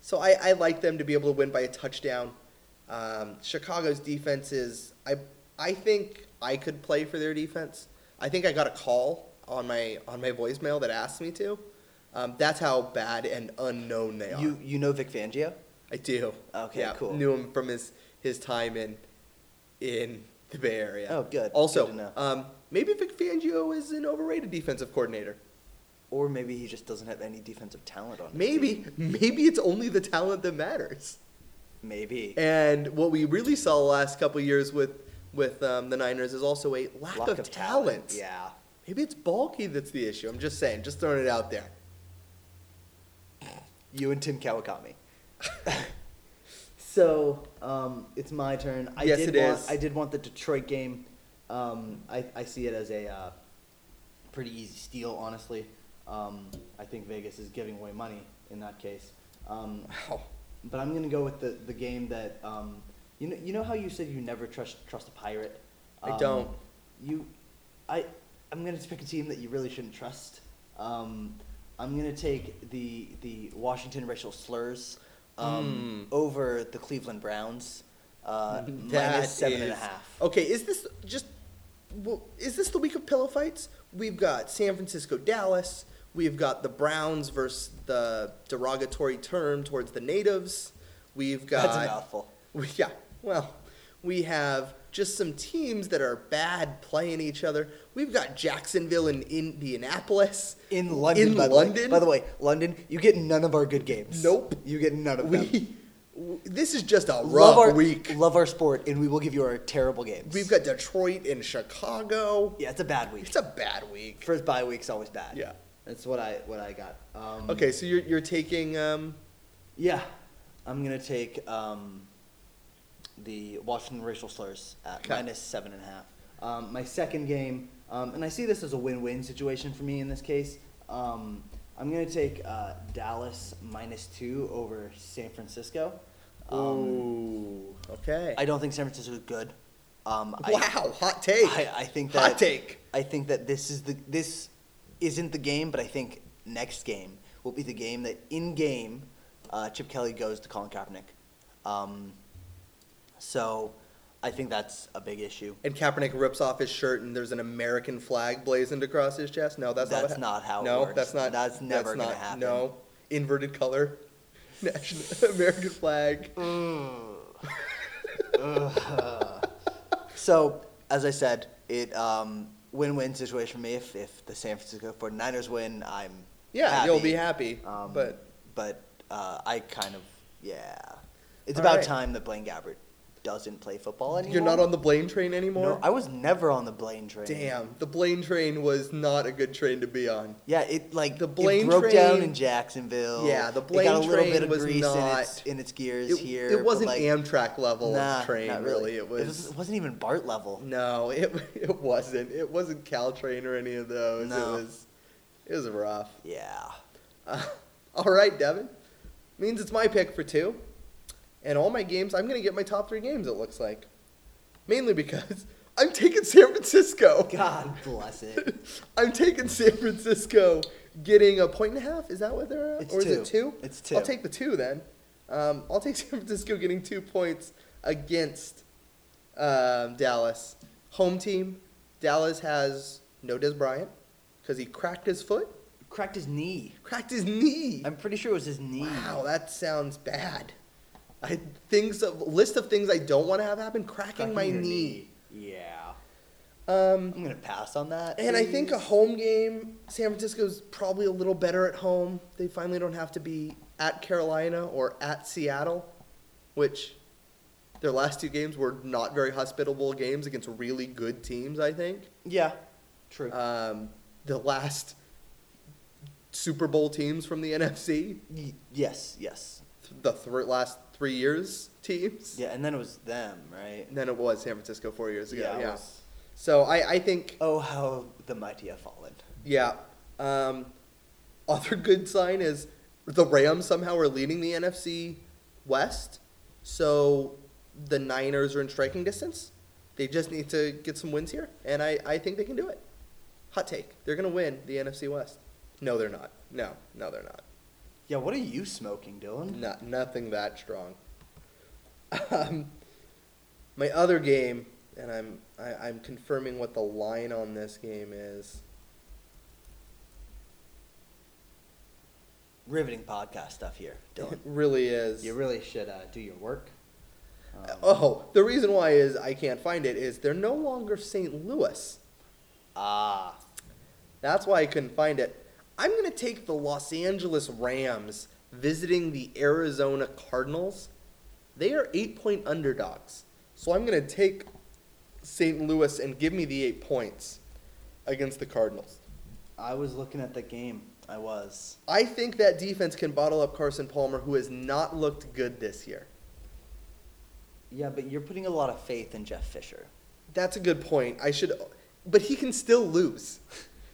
Speaker 1: so I, I like them to be able to win by a touchdown. Um, Chicago's defense is I I think I could play for their defense. I think I got a call on my on my voicemail that asked me to. Um, that's how bad and unknown they are.
Speaker 2: You you know Vic Fangio?
Speaker 1: I do.
Speaker 2: Okay,
Speaker 1: yeah,
Speaker 2: cool.
Speaker 1: Knew him from his his time in in the Bay Area.
Speaker 2: Oh, good.
Speaker 1: Also,
Speaker 2: Good to know.
Speaker 1: um, maybe Vic Fangio is an overrated defensive coordinator.
Speaker 2: Or maybe he just doesn't have any defensive talent on his team.
Speaker 1: Maybe maybe it's only the talent that matters.
Speaker 2: Maybe.
Speaker 1: And what we really saw the last couple of years with with um, the Niners is also a lack,
Speaker 2: Lack
Speaker 1: of, talent.
Speaker 2: Yeah.
Speaker 1: Maybe it's bulky that's the issue. I'm just saying, just throwing it out there.
Speaker 2: You and Tim Kawakami. so um, it's my turn. I
Speaker 1: Yes,
Speaker 2: did
Speaker 1: it
Speaker 2: want,
Speaker 1: is.
Speaker 2: I did want the Detroit game. Um, I, I see it as a uh, pretty easy steal, honestly. Um, I think Vegas is giving away money in that case. Um,
Speaker 1: Wow.
Speaker 2: but I'm gonna go with the, the game that um, you know you know how you said you never trust trust a pirate.
Speaker 1: I
Speaker 2: Um,
Speaker 1: don't.
Speaker 2: You, I I'm gonna pick a team that you really shouldn't trust. Um, I'm gonna take the the Washington racial slurs um, over the Cleveland Browns. Uh,
Speaker 1: Hmm. That
Speaker 2: minus seven and a
Speaker 1: is- Oh,
Speaker 2: half.
Speaker 1: Okay, is this just? Well, is this the week of pillow fights? We've got San Francisco, Dallas. We've got the Browns versus the derogatory term towards the natives. We've got
Speaker 2: That's a mouthful.
Speaker 1: We- Yeah. Well, we have just some teams that are bad playing each other. We've got Jacksonville and Indianapolis.
Speaker 2: In London.
Speaker 1: In
Speaker 2: by The way.
Speaker 1: London.
Speaker 2: By the way, London, you get none of our good games.
Speaker 1: Nope.
Speaker 2: You get none of them.
Speaker 1: We. w- This is just a rough
Speaker 2: love our
Speaker 1: week.
Speaker 2: Love our sport, and we will give you our terrible games.
Speaker 1: We've got Detroit and Chicago.
Speaker 2: Yeah, it's a bad week.
Speaker 1: It's a bad week.
Speaker 2: First bye week's always bad.
Speaker 1: Yeah.
Speaker 2: That's what I what I got. Um,
Speaker 1: Okay, so you're you're taking um
Speaker 2: Yeah, I'm gonna take um, the Washington racial slurs at
Speaker 1: Okay.
Speaker 2: minus seven and a half. Um, my second game, um, and I see this as a win-win situation for me in this case. Um, I'm gonna take uh, Dallas minus two over San Francisco. Um,
Speaker 1: Ooh. Okay.
Speaker 2: I don't think San Francisco is good. Um, I-
Speaker 1: wow, hot take.
Speaker 2: I, I think that
Speaker 1: hot take.
Speaker 2: I think that this is the this isn't the game, but I think next game will be the game that in game uh, Chip Kelly goes to Colin Kaepernick. Um, so I think that's a big issue.
Speaker 1: And Kaepernick rips off his shirt and there's an American flag blazoned across his chest. No, that's,
Speaker 2: That's
Speaker 1: not,
Speaker 2: not how it
Speaker 1: no,
Speaker 2: works.
Speaker 1: that's not.
Speaker 2: That's never gonna
Speaker 1: not-
Speaker 2: happen.
Speaker 1: No, inverted color, national American flag.
Speaker 2: So as I said, it um, win-win situation for me. If, if the San Francisco 49ers win, I'm
Speaker 1: Yeah, you'll be happy.
Speaker 2: Um,
Speaker 1: but
Speaker 2: but uh, I kind of yeah. It's
Speaker 1: All
Speaker 2: about
Speaker 1: right.
Speaker 2: time that Blaine Gabbert doesn't play football anymore.
Speaker 1: you're not on the Blaine train anymore.
Speaker 2: No, I was never on the Blaine train.
Speaker 1: Damn, the Blaine train was not a good train to be on.
Speaker 2: Yeah, it like
Speaker 1: The
Speaker 2: the
Speaker 1: Blaine
Speaker 2: Blaine it broke down
Speaker 1: train-
Speaker 2: in Jacksonville.
Speaker 1: Yeah, the
Speaker 2: it got a
Speaker 1: Blaine
Speaker 2: little bit
Speaker 1: train
Speaker 2: of
Speaker 1: was
Speaker 2: grease in
Speaker 1: not-
Speaker 2: its, in its gears
Speaker 1: It,
Speaker 2: here.
Speaker 1: it
Speaker 2: but,
Speaker 1: wasn't
Speaker 2: like,
Speaker 1: Amtrak level
Speaker 2: nah,
Speaker 1: of train,
Speaker 2: not
Speaker 1: really. It was.
Speaker 2: It wasn't even Bart level.
Speaker 1: No, it it wasn't. It wasn't Caltrain or any of those.
Speaker 2: No.
Speaker 1: It was it was rough.
Speaker 2: Yeah.
Speaker 1: Uh, all right, Devin. Means it's my pick for two. And all my games, I'm going to get my top three games, it looks like. Mainly because I'm taking San Francisco.
Speaker 2: God bless it.
Speaker 1: I'm taking San Francisco getting a point and a half. Is that what they're at?
Speaker 2: It's
Speaker 1: or is it
Speaker 2: two.
Speaker 1: two?
Speaker 2: It's
Speaker 1: I'll
Speaker 2: two.
Speaker 1: take the two then. Um, I'll take San Francisco getting two points against um, Dallas. Home team. Dallas has no Des Bryant because he cracked his foot,
Speaker 2: Cracked his knee.
Speaker 1: cracked his knee.
Speaker 2: I'm pretty sure it was his knee.
Speaker 1: Wow, that sounds bad. I things of list of things I don't want to have happen: cracking,
Speaker 2: Cracking
Speaker 1: my
Speaker 2: your
Speaker 1: knee.
Speaker 2: Yeah.
Speaker 1: Um,
Speaker 2: I'm gonna pass on that.
Speaker 1: and I think a
Speaker 2: please.
Speaker 1: home game. San Francisco's probably a little better at home. They finally don't have to be at Carolina or at Seattle, which their last two games were not very hospitable games against really good teams. I think.
Speaker 2: yeah. True.
Speaker 1: Um, the last Super Bowl teams from the NFC,
Speaker 2: Y- yes. Yes.
Speaker 1: the th- last three years teams.
Speaker 2: Yeah, and then it was them, right?
Speaker 1: And then it was San Francisco four years ago. Yeah.
Speaker 2: it was-
Speaker 1: So I, I think,
Speaker 2: Oh, how the mighty have fallen.
Speaker 1: yeah. Um, other good sign is the Rams somehow are leading the NFC West. So the Niners are in striking distance. They just need to get some wins here. And I, I think they can do it. Hot take. They're going to win the NFC West. No, they're not. No, no, they're not.
Speaker 2: Yeah, what are you smoking, Dylan?
Speaker 1: Not, nothing that strong. Um, my other game, and I'm I, I'm confirming what the line on this game is.
Speaker 2: Riveting podcast stuff here,
Speaker 1: It
Speaker 2: Dylan.
Speaker 1: really is.
Speaker 2: you really should uh, do your work. Um,
Speaker 1: oh, the reason why is I can't find it is they're no longer St. Louis.
Speaker 2: Ah,
Speaker 1: That's why I couldn't find it. I'm gonna take the Los Angeles Rams visiting the Arizona Cardinals. They are eight point underdogs. So I'm gonna take St. Louis and give me the eight points against the Cardinals.
Speaker 2: I was looking at the game. I was.
Speaker 1: I think that defense can bottle up Carson Palmer, who has not looked good this year.
Speaker 2: Yeah, but you're putting a lot of faith in Jeff Fisher.
Speaker 1: That's a good point. I should, but he can still lose.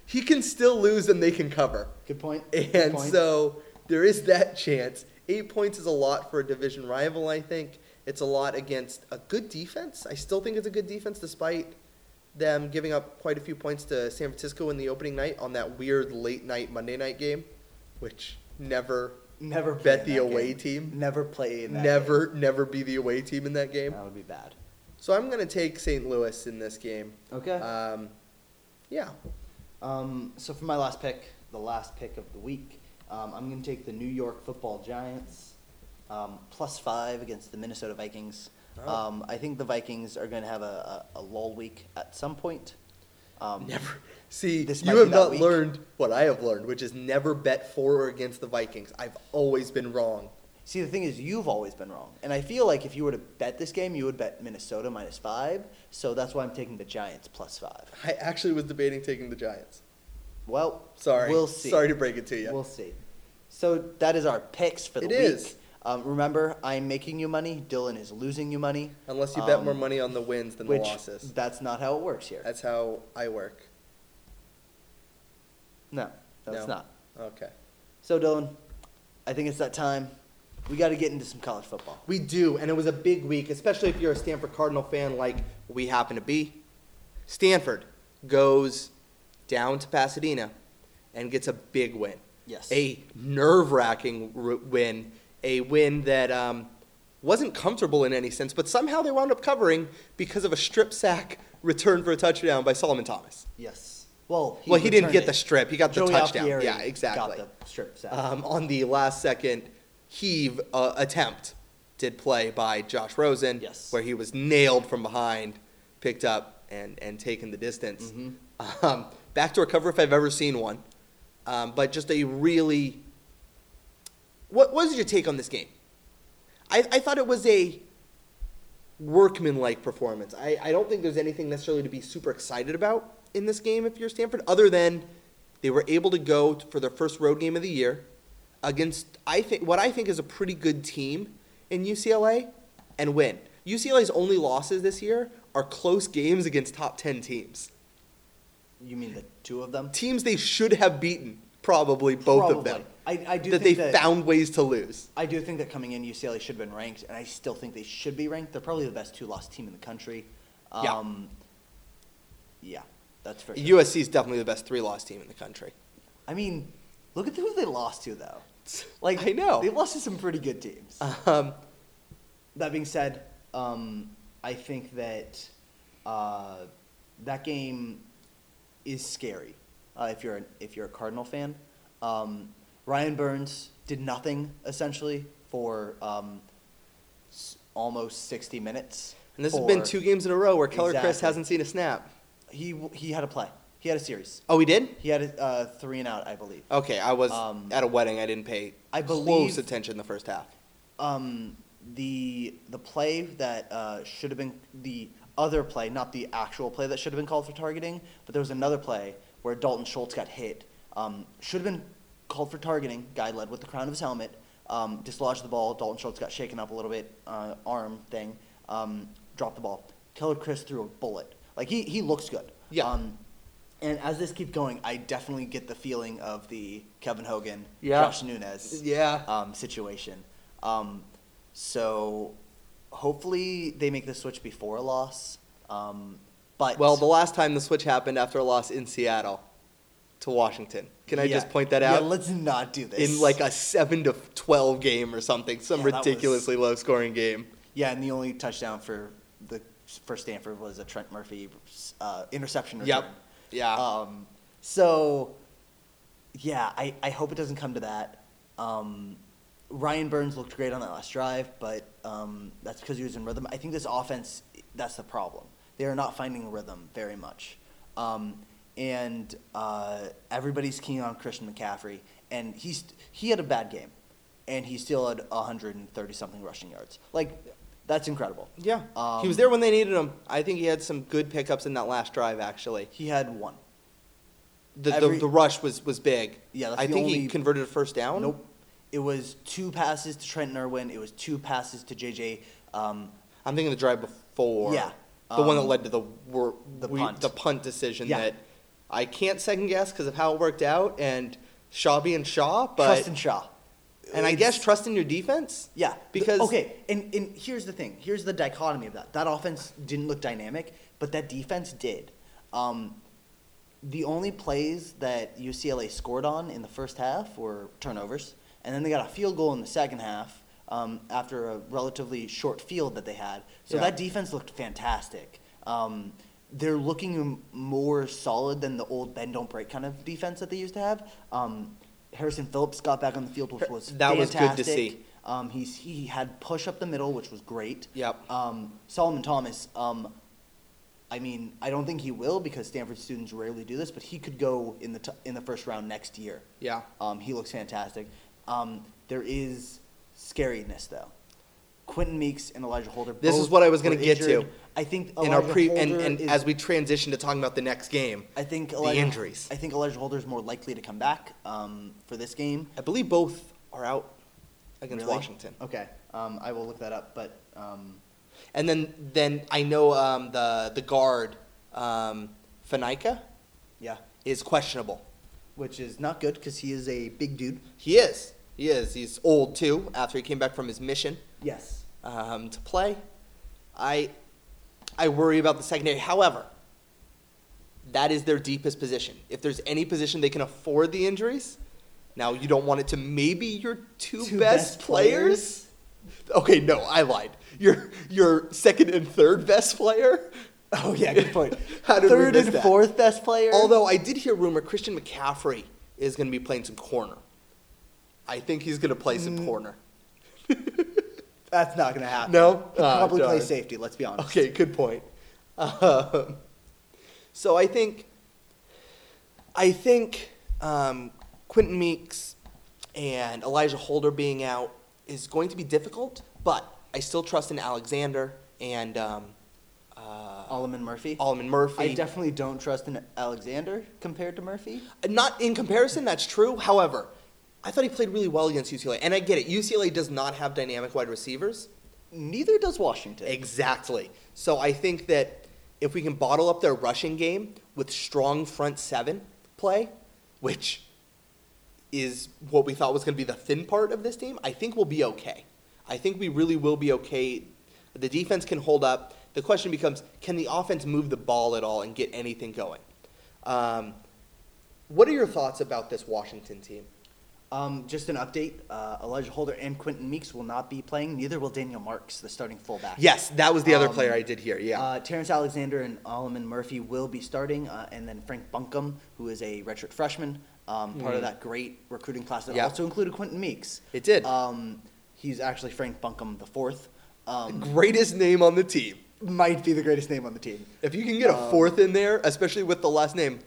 Speaker 1: He can still lose, and they can cover.
Speaker 2: Good point. good
Speaker 1: And
Speaker 2: point.
Speaker 1: so there is that chance. Eight points is a lot for a division rival, I think. It's a lot against a good defense. I still think it's a good defense despite them giving up quite a few points to San Francisco in the opening night on that weird late night Monday night game, which never
Speaker 2: never play
Speaker 1: bet
Speaker 2: in
Speaker 1: the
Speaker 2: that
Speaker 1: away
Speaker 2: game.
Speaker 1: team.
Speaker 2: Never play in that.
Speaker 1: never never be the away team in that game.
Speaker 2: game. That would be bad.
Speaker 1: So I'm going to take St. Louis in this game.
Speaker 2: Okay.
Speaker 1: Um, yeah.
Speaker 2: Um, so for my last pick, the last pick of the week, um, I'm going to take the New York Football Giants um, plus five against the Minnesota Vikings.
Speaker 1: Oh.
Speaker 2: Um, I think the Vikings are going to have a, a, a lull week at some point. Um,
Speaker 1: Never. See,
Speaker 2: This might
Speaker 1: you
Speaker 2: be
Speaker 1: have
Speaker 2: that
Speaker 1: not
Speaker 2: week.
Speaker 1: learned what I have learned, which is never bet for or against the Vikings. I've always been wrong.
Speaker 2: See, the thing is, you've always been wrong, and I feel like if you were to bet this game, you would bet Minnesota minus five. So that's why I'm taking the Giants plus five.
Speaker 1: I actually was debating taking the Giants.
Speaker 2: Well,
Speaker 1: Sorry.
Speaker 2: We'll see.
Speaker 1: Sorry to break it to you.
Speaker 2: We'll see. So that is our picks for the
Speaker 1: It
Speaker 2: week.
Speaker 1: is.
Speaker 2: Um, remember, I'm making you money. Dylan is losing you money.
Speaker 1: Unless you bet
Speaker 2: Um,
Speaker 1: more money on the wins than the
Speaker 2: which
Speaker 1: losses.
Speaker 2: that's not how it works here.
Speaker 1: That's how I work.
Speaker 2: no, that's
Speaker 1: No.
Speaker 2: not.
Speaker 1: Okay.
Speaker 2: So Dylan, I think it's that time. We got to get into some college football.
Speaker 1: We do, and it was a big week, especially if you're a Stanford Cardinal fan like we happen to be. Stanford goes down to Pasadena and gets a big win.
Speaker 2: Yes.
Speaker 1: A nerve wracking r- win, a win that um, wasn't comfortable in any sense, but somehow they wound up covering because of a strip sack return for a touchdown by Solomon Thomas.
Speaker 2: Yes. Well,
Speaker 1: Well, he didn't
Speaker 2: returned
Speaker 1: get
Speaker 2: it.
Speaker 1: the strip. He got the
Speaker 2: Joey
Speaker 1: touchdown.
Speaker 2: Alfieri
Speaker 1: Yeah, exactly.
Speaker 2: Got the strip sack.
Speaker 1: um, on the last second heave uh, attempt did play by Josh Rosen,
Speaker 2: Yes.
Speaker 1: where he was nailed from behind, picked up, and, and taken the distance. Um, backdoor cover if I've ever seen one. Um, but just a really. What was your take on this game? I, I thought it was a workmanlike performance. I, I don't think there's anything necessarily to be super excited about in this game if you're Stanford, other than they were able to go t- for their first road game of the year against I think what I think is a pretty good team in UCLA and win. UCLA's only losses this year are close games against top ten teams.
Speaker 2: you mean the two of them?
Speaker 1: Teams they should have beaten, probably both of
Speaker 2: Probably.
Speaker 1: them.
Speaker 2: I, I do
Speaker 1: that they
Speaker 2: think that
Speaker 1: found ways to lose.
Speaker 2: I do think that coming in, UCLA should have been ranked, and I still think they should be ranked. They're probably the best two-loss team in the country.
Speaker 1: Yeah.
Speaker 2: Um, yeah, that's for sure.
Speaker 1: USC is definitely the best three loss team in the country.
Speaker 2: I mean, look at who they lost to, though. Like
Speaker 1: I know.
Speaker 2: they lost to some pretty good teams.
Speaker 1: Um,
Speaker 2: that being said, um, I think that uh, that game is scary uh, if you're an, if you're a Cardinal fan. Um, Ryan Burns did nothing essentially for um, s- almost sixty minutes.
Speaker 1: and this has been
Speaker 2: for-
Speaker 1: two games in a row where Keller Chris
Speaker 2: Exactly.
Speaker 1: hasn't seen a snap.
Speaker 2: He w- he had a play. He had a series.
Speaker 1: Oh, he did?
Speaker 2: He had a uh, three and out, I believe.
Speaker 1: Okay, I was
Speaker 2: Um,
Speaker 1: at a wedding. I didn't pay
Speaker 2: I
Speaker 1: close
Speaker 2: believe-
Speaker 1: attention the first half.
Speaker 2: um, the the play that uh, should have been the other play, not the actual play that should have been called for targeting, but there was another play where Dalton Schultz got hit. Um, should have been called for targeting. Guy led with the crown of his helmet, um, dislodged the ball. Dalton Schultz got shaken up a little bit, uh, arm thing, um, dropped the ball. Keller Chris threw a bullet. Like he he looks good.
Speaker 1: Yeah.
Speaker 2: Um, and as this keeps going, I definitely get the feeling of the Kevin Hogan,
Speaker 1: Yeah.
Speaker 2: Josh Nunez,
Speaker 1: Yeah.
Speaker 2: um, situation. Um, so hopefully they make the switch before a loss. Um, but
Speaker 1: Well, the last time the switch happened after a loss in Seattle to Washington. Can I
Speaker 2: Yeah.
Speaker 1: just point that
Speaker 2: Yeah,
Speaker 1: out?
Speaker 2: let's not do this.
Speaker 1: in like a seven to twelve game or something, some
Speaker 2: Yeah, that was-
Speaker 1: ridiculously low scoring game.
Speaker 2: yeah, and the only touchdown for the for Stanford was a Trent Murphy uh, interception return.
Speaker 1: Yep. Yeah.
Speaker 2: Um, so, yeah, I, I hope it doesn't come to that. Um, Ryan Burns looked great on that last drive, but um, that's because he was in rhythm. I think this offense, that's the problem. They are not finding rhythm very much. Um, and uh, everybody's keen on Christian McCaffrey, and he's, he had a bad game, and he still had 130 something rushing yards. Like, that's incredible.
Speaker 1: yeah. he
Speaker 2: Um,
Speaker 1: was there when they needed him. I think he had some good pickups in that last drive actually.
Speaker 2: He had one.
Speaker 1: The
Speaker 2: Every-
Speaker 1: the, the rush was, was big.
Speaker 2: Yeah, that's
Speaker 1: I
Speaker 2: the
Speaker 1: think he
Speaker 2: only-
Speaker 1: converted a first down.
Speaker 2: Nope. It was two passes to Trent Irwin. It was two passes to JJ. Um,
Speaker 1: I'm thinking the drive before.
Speaker 2: yeah.
Speaker 1: The one that
Speaker 2: Um,
Speaker 1: led to the wor-
Speaker 2: the
Speaker 1: we-
Speaker 2: punt.
Speaker 1: the punt decision
Speaker 2: Yeah.
Speaker 1: that I can't second guess because of how it worked out and Shaw being Shaw, but
Speaker 2: Trust in Shaw.
Speaker 1: and I guess
Speaker 2: It's-
Speaker 1: trust in your defense.
Speaker 2: Yeah, th-
Speaker 1: because
Speaker 2: okay, and and here's the thing. Here's the dichotomy of that. That offense didn't look dynamic, but that defense did. Um, the only plays that UCLA scored on in the first half were turnovers, and then they got a field goal in the second half um, after a relatively short field that they had. So
Speaker 1: Yeah.
Speaker 2: that defense looked fantastic. Um, they're looking m- more solid than the old bend don't break kind of defense that they used to have. Um, Harrison Phillips got back on the field, which was
Speaker 1: That was good to
Speaker 2: fantastic.
Speaker 1: see.
Speaker 2: Um, he's he had push up the middle, which was great.
Speaker 1: Yep.
Speaker 2: Um, Solomon Thomas. Um, I mean, I don't think he will because Stanford students rarely do this, but he could go in the t- in the first round next year.
Speaker 1: Yeah.
Speaker 2: Um, he looks fantastic. Um, there is scariness though. Quentin Meeks and Elijah Holder.
Speaker 1: This is
Speaker 2: both
Speaker 1: what I was
Speaker 2: were
Speaker 1: gonna get to.
Speaker 2: injured. I think Elijah
Speaker 1: in our pre and,
Speaker 2: Holder
Speaker 1: and
Speaker 2: is-
Speaker 1: as we transition to talking about the next game,
Speaker 2: I think
Speaker 1: the
Speaker 2: Elijah,
Speaker 1: injuries.
Speaker 2: I think Elijah Holder is more likely to come back um, for this game.
Speaker 1: I believe both are out against
Speaker 2: Really?
Speaker 1: Washington.
Speaker 2: Okay, um, I will look that up. But um,
Speaker 1: And then then I know um, the the guard um, Fanica
Speaker 2: yeah,
Speaker 1: is questionable.
Speaker 2: which is not good because he is a big dude.
Speaker 1: He is. He is. He's old too. After he came back from his mission
Speaker 2: Yes.
Speaker 1: um, to play, I I worry about the secondary. However, that is their deepest position. If there's any position they can afford the injuries, now you don't want it to maybe your two,
Speaker 2: Two
Speaker 1: best,
Speaker 2: best
Speaker 1: players. Okay, no, I lied. Your your second and third best player.
Speaker 2: Oh yeah, good point.
Speaker 1: How did we
Speaker 2: Third
Speaker 1: miss
Speaker 2: and
Speaker 1: that?
Speaker 2: fourth best player.
Speaker 1: Although I did hear rumor Christian McCaffrey is going to be playing some corner. I think he's going to play
Speaker 2: Mm,
Speaker 1: some corner.
Speaker 2: that's not going to happen.
Speaker 1: No?
Speaker 2: He'd
Speaker 1: Ah,
Speaker 2: probably play
Speaker 1: darn.
Speaker 2: safety. Let's be honest.
Speaker 1: Okay, good point. Um, so I think, I think um, Quentin Meeks and Elijah Holder being out is going to be difficult, but I still trust in Alexander and um, uh,
Speaker 2: Solomon Murphy.
Speaker 1: Allman Murphy.
Speaker 2: I definitely don't trust an Alexander compared to Murphy.
Speaker 1: Not in comparison, that's true. However, I thought he played really well against UCLA, and I get it. UCLA does not have dynamic wide receivers.
Speaker 2: Neither does Washington.
Speaker 1: Exactly. So I think that if we can bottle up their rushing game with strong front seven play, which is what we thought was going to be the thin part of this team, I think we'll be okay. I think we really will be okay. The defense can hold up. The question becomes can the offense move the ball at all and get anything going? Um, what are your thoughts about this Washington team?
Speaker 2: Um, just an update: uh, Elijah Holder and Quentin Meeks will not be playing. Neither will Daniel Marks, the starting fullback.
Speaker 1: Yes, that was the other
Speaker 2: Um,
Speaker 1: player I did hear. Yeah.
Speaker 2: Uh, Terrence Alexander and Solomon Murphy will be starting, uh, and then Frank Bunkum, who is a redshirt freshman, um, part of that great recruiting class that
Speaker 1: Hmm. Yeah.
Speaker 2: also included Quentin Meeks.
Speaker 1: It did.
Speaker 2: Um, he's actually Frank Bunkum the fourth. Um,
Speaker 1: Greatest name on the team.
Speaker 2: might be the greatest name on the team.
Speaker 1: If you can get a fourth in there, especially with the last name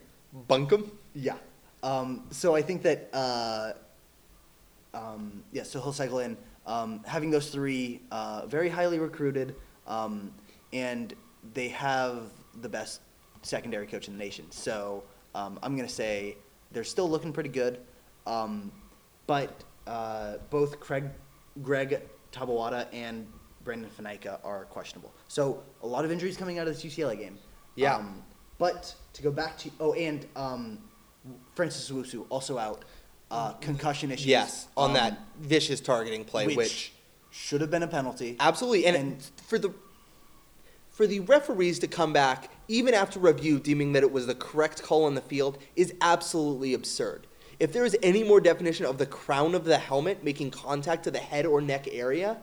Speaker 1: Bunkum,
Speaker 2: Yeah. Um, so I think that uh, um, yeah, so he'll cycle in. Um, having those three uh, very highly recruited, um, and they have the best secondary coach in the nation. So um, I'm going to say they're still looking pretty good. Um, but uh, both Craig, Greg Tabawada and Brandon Fanica are questionable. So a lot of injuries coming out of this UCLA game.
Speaker 1: Yeah.
Speaker 2: Um, but to go back to oh, and um, Francis Wusu also out, uh, concussion issues.
Speaker 1: yes, on
Speaker 2: um,
Speaker 1: that vicious targeting play, which,
Speaker 2: should have been a penalty.
Speaker 1: absolutely, and,
Speaker 2: and-
Speaker 1: for the for the referees to come back even after review, deeming that it was the correct call on the field is absolutely absurd. If there is any more definition of the crown of the helmet making contact to the head or neck area,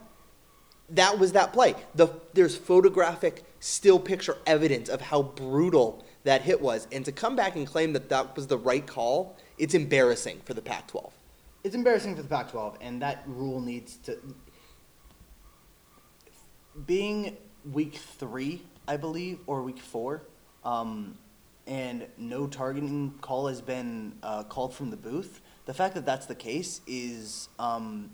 Speaker 1: that was that play. The, there's photographic still picture evidence of how brutal that hit was, and to come back and claim that that was the right call, it's embarrassing for the Pac-12.
Speaker 2: It's embarrassing for the Pac-12, and that rule needs to being week three, I believe, or week four, um, and no targeting call has been uh, called from the booth. The fact that that's the case is, um,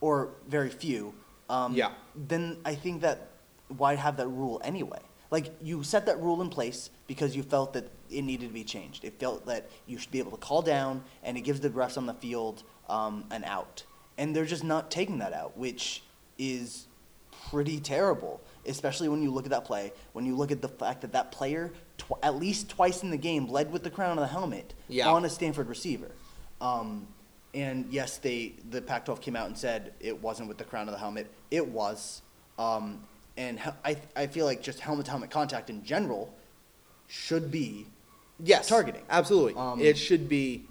Speaker 2: or very few. Um,
Speaker 1: Yeah.
Speaker 2: Then I think that why have that rule anyway? Like you set that rule in place because you felt that it needed to be changed. It felt that you should be able to call down, and it gives the refs on the field um, an out, and they're just not taking that out, which is pretty terrible, especially when you look at that play. When you look at the fact that that player, tw- at least twice in the game, led with the crown of the helmet
Speaker 1: Yeah.
Speaker 2: on a Stanford receiver. Um, and yes, they the Pac-12 came out and said it wasn't with the crown of the helmet. It was. Um, and he- I I feel like just helmet to helmet contact in general should be
Speaker 1: Yes.
Speaker 2: targeting.
Speaker 1: Absolutely.
Speaker 2: Um,
Speaker 1: it should be.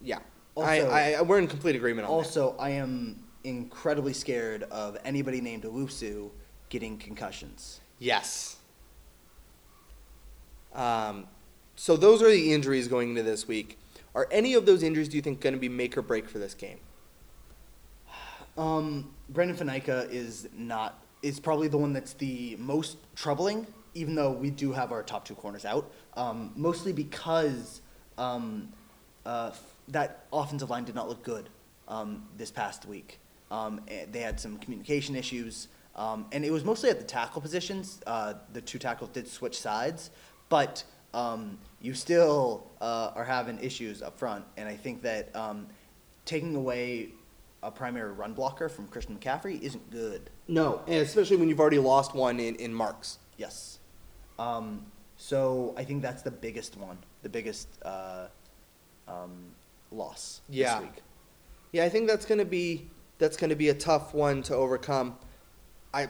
Speaker 1: Yeah.
Speaker 2: Also-
Speaker 1: I, I, we're in complete agreement on that.
Speaker 2: Also, I am incredibly scared of anybody named Owusu getting concussions.
Speaker 1: Yes. Um, so those are the injuries going into this week. Are any of those injuries do you think going to be make or break for this game?
Speaker 2: Um, Brendan Fanica is not is probably the one that's the most troubling, even though we do have our top two corners out, um, mostly because um, uh, that offensive line did not look good um, this past week. Um, eh, they had some communication issues, um, and it was mostly at the tackle positions. Uh, the two tackles did switch sides, but um, you still uh, are having issues up front, and I think that um, taking away a primary run blocker from Christian McCaffrey isn't good.
Speaker 1: No, and especially when you've already lost one in, in marks.
Speaker 2: Yes. Um, so I think that's the biggest one, the biggest uh, um, loss
Speaker 1: Yeah.
Speaker 2: this week.
Speaker 1: Yeah, I think that's going to be that's going to be a tough one to overcome. I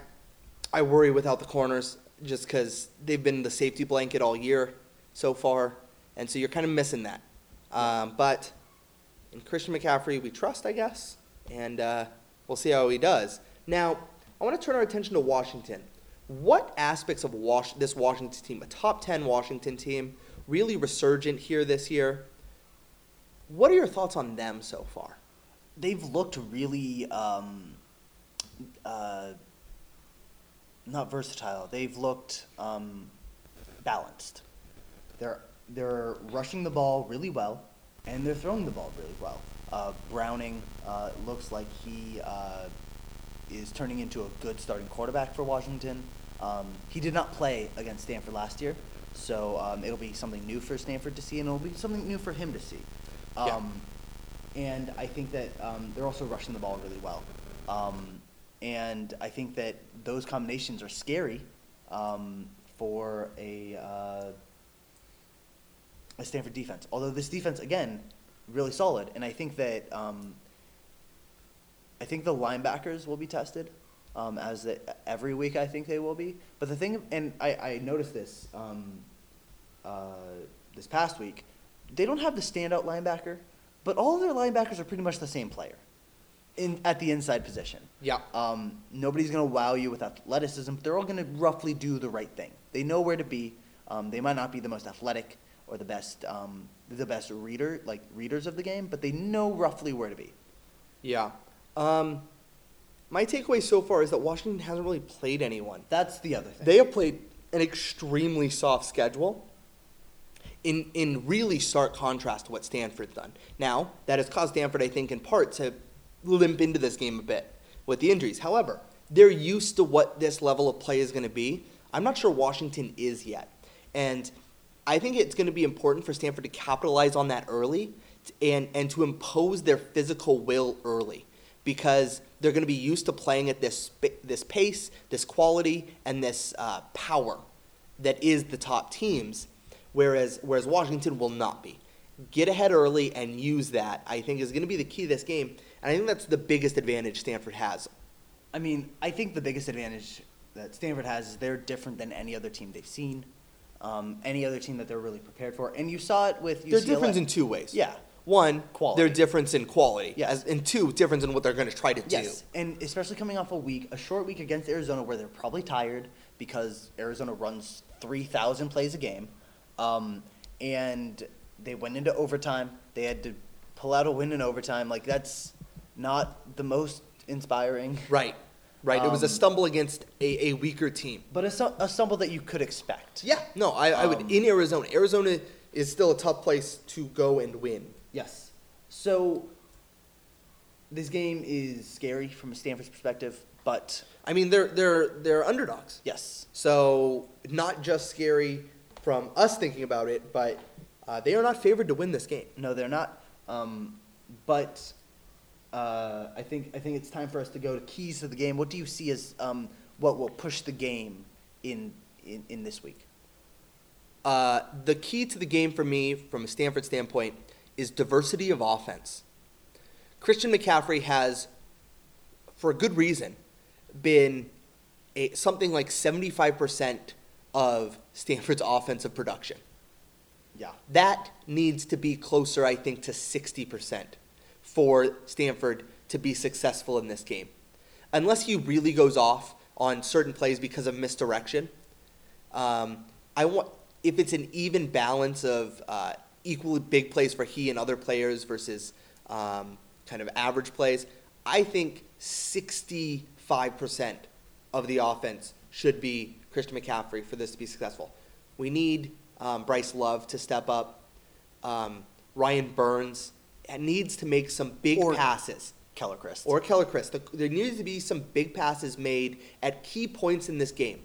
Speaker 1: I worry without the corners just because they've been the safety blanket all year so far, and so you're kind of missing that. Um, but in Christian McCaffrey, we trust, I guess, and uh, we'll see how he does. Now, I want to turn our attention to Washington. What aspects of Wash- this Washington team, a top 10 Washington team, really resurgent here this year? What are your thoughts on them so far?
Speaker 2: They've looked really um, uh, not versatile. They've looked um, balanced. They're they're rushing the ball really well, and they're throwing the ball really well. Uh, Browning uh, looks like he uh, is turning into a good starting quarterback for Washington. Um, he did not play against Stanford last year, so um, it'll be something new for Stanford to see, and it'll be something new for him to see.
Speaker 1: Yeah.
Speaker 2: Um, And I think that um, they're also rushing the ball really well. Um, and I think that those combinations are scary um, for a uh, a Stanford defense. Although this defense, again, really solid, and I think that um, I think the linebackers will be tested, um, as the, every week I think they will be. But the thing, and I, I noticed this um, uh, this past week, they don't have the standout linebacker, but all of their linebackers are pretty much the same player, in at the inside position.
Speaker 1: Yeah.
Speaker 2: Um, nobody's going to wow you with athleticism. They're all going to roughly do the right thing. They know where to be. Um, they might not be the most athletic or the best um, the best reader like readers of the game, but they know roughly where to be.
Speaker 1: Yeah. Um, my takeaway so far is that Washington hasn't really played anyone.
Speaker 2: That's the other thing.
Speaker 1: They have played an extremely soft schedule in, in really stark contrast to what Stanford's done. Now, that has caused Stanford, I think, in part to limp into this game a bit with the injuries. However, they're used to what this level of play is going to be. I'm not sure Washington is yet. And I think it's going to be important for Stanford to capitalize on that early t- and, and to impose their physical will early because they're going to be used to playing at this, sp- this pace, this quality, and this uh, power that is the top teams, whereas, whereas Washington will not be. Get ahead early and use that, I think, is going to be the key to this game. And I think that's the biggest advantage Stanford has.
Speaker 2: I mean, I think the biggest advantage that Stanford has is they're different than any other team they've seen, um, any other team that they're really prepared for. And you saw it with UCLA.
Speaker 1: There's difference in two ways.
Speaker 2: Yeah.
Speaker 1: One,
Speaker 2: Quality.
Speaker 1: their difference in quality.
Speaker 2: Yes.
Speaker 1: As, and two, difference in what they're going to try to
Speaker 2: Yes,
Speaker 1: do.
Speaker 2: and especially coming off a week, a short week against Arizona, where they're probably tired because Arizona runs three thousand plays a game, um, and they went into overtime. They had to pull out a win in overtime. Like that's not the most inspiring,
Speaker 1: Right. Right. it was a
Speaker 2: Um,
Speaker 1: stumble against a, a weaker team.
Speaker 2: but a, stu- a stumble that you could expect.
Speaker 1: Yeah. No, I, I would.
Speaker 2: Um,
Speaker 1: In Arizona, Arizona is still a tough place to go and win.
Speaker 2: Yes. So this game is scary from a Stanford's perspective, but
Speaker 1: I mean, they're, they're, they're underdogs.
Speaker 2: yes,
Speaker 1: So not just scary from us thinking about it, but uh, they are not favored to win this game.
Speaker 2: no, they're not. Um, but uh, I think I think it's time for us to go to keys to the game. What do you see as um, what will push the game in in, in this week?
Speaker 1: Uh, the key to the game for me, from a Stanford standpoint, is diversity of offense. Christian McCaffrey has, for a good reason, been a, something like 75% of Stanford's offensive production.
Speaker 2: Yeah.
Speaker 1: That needs to be closer, I think, to 60% for Stanford to be successful in this game. Unless he really goes off on certain plays because of misdirection, um, I want if it's an even balance of uh, equally big plays for he and other players versus um, kind of average plays. I think 65% of the offense should be Christian McCaffrey for this to be successful. We need um, Bryce Love to step up. Um, Ryan Burns needs to make some big
Speaker 2: Or-
Speaker 1: passes.
Speaker 2: Keller Christ.
Speaker 1: Or Keller Chris. The- there needs to be some big passes made at key points in this game.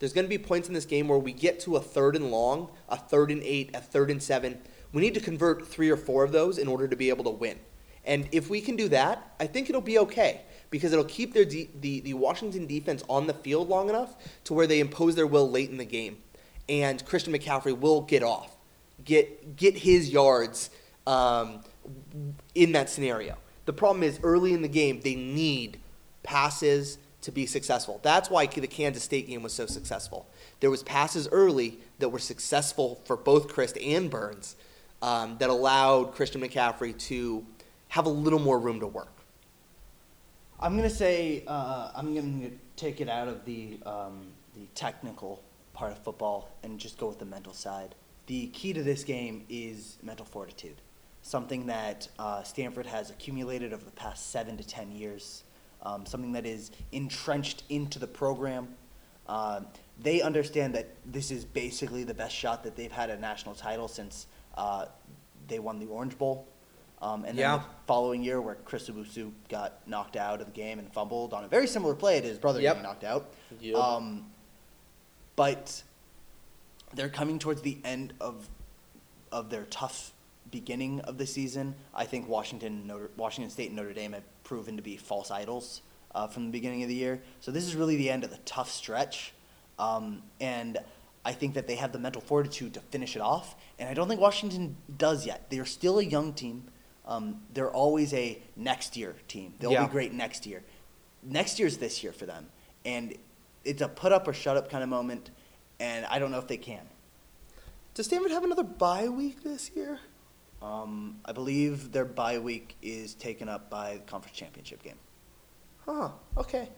Speaker 1: There's going to be points in this game where we get to a third and long, a third and eight, a third and seven. We need to convert three or four of those in order to be able to win. And if we can do that, I think it'll be okay because it'll keep their de- the, the Washington defense on the field long enough to where they impose their will late in the game. And Christian McCaffrey will get off, get, get his yards um, in that scenario. The problem is early in the game, they need passes to be successful. That's why the Kansas State game was so successful. There was passes early that were successful for both Christ and Burns um, that allowed Christian McCaffrey to have a little more room to work.
Speaker 2: I'm gonna say uh, I'm gonna take it out of the um, the technical part of football and just go with the mental side. The key to this game is mental fortitude, something that uh, Stanford has accumulated over the past seven to ten years, um, something that is entrenched into the program. Um they understand that this is basically the best shot that they've had at a national title since uh, they won the Orange Bowl. Um, and then
Speaker 1: Yeah.
Speaker 2: the following year where Chris Ibusu got knocked out of the game and fumbled on a very similar play to his brother
Speaker 1: Yep.
Speaker 2: getting knocked out.
Speaker 1: Yep.
Speaker 2: Um, but they're coming towards the end of of their tough beginning of the season. I think Washington, and Notre, Washington State, and Notre Dame have proven to be false idols uh, from the beginning of the year. So this is really the end of the tough stretch, um, and I think that they have the mental fortitude to finish it off. And I don't think Washington does yet. They are still a young team. Um, they're always a next year team. They'll
Speaker 1: Yeah.
Speaker 2: be great next year. Next year's this year for them, and it's a put up or shut up kind of moment. And I don't know if they can.
Speaker 1: Does Stanford have another bye week this year?
Speaker 2: Um, I believe their bye week is taken up by the conference championship game.
Speaker 1: Huh, okay.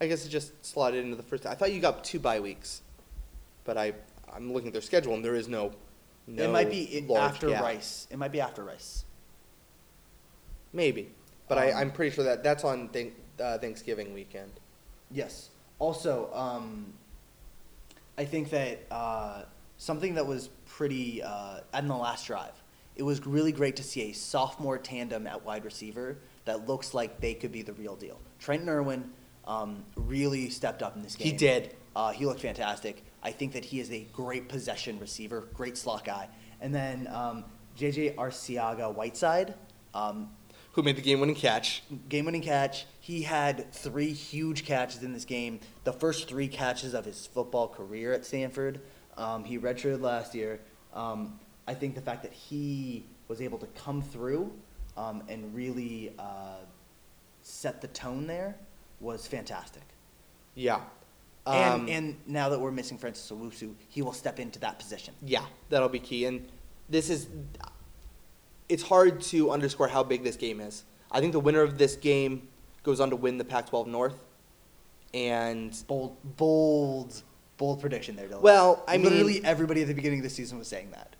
Speaker 1: I guess it just slotted into the first. I thought you got two bye weeks, but I, I'm looking at their schedule and there is no. no
Speaker 2: it might be in,
Speaker 1: large
Speaker 2: after
Speaker 1: gap.
Speaker 2: Rice. It might be after Rice.
Speaker 1: Maybe. But I,
Speaker 2: Um,
Speaker 1: I'm pretty sure that that's on thank, uh, Thanksgiving weekend.
Speaker 2: Yes. Also, um, I think that uh, something that was pretty uh, in the last drive, it was really great to see a sophomore tandem at wide receiver that looks like they could be the real deal. Trent Irwin um, really stepped up in this
Speaker 1: He
Speaker 2: game.
Speaker 1: did.
Speaker 2: Uh, he looked fantastic. I think that he is a great possession receiver, great slot guy. And then um, JJ Arciaga Whiteside, um,
Speaker 1: Who made the game winning catch?
Speaker 2: game winning catch. He had three huge catches in this game, the first three catches of his football career at Stanford. Um, he redshirted last year. Um, I think the fact that he was able to come through um, and really uh, set the tone there was fantastic.
Speaker 1: Yeah. Um,
Speaker 2: and, and now that we're missing Francis Owusu, he will step into that position.
Speaker 1: yeah, that'll be key. And this is, it's hard to underscore how big this game is. I think the winner of this game goes on to win the Pac 12 North. And
Speaker 2: Bold, bold, bold prediction there, Dylan.
Speaker 1: Well, I mean-
Speaker 2: literally everybody at the beginning of the season was saying that.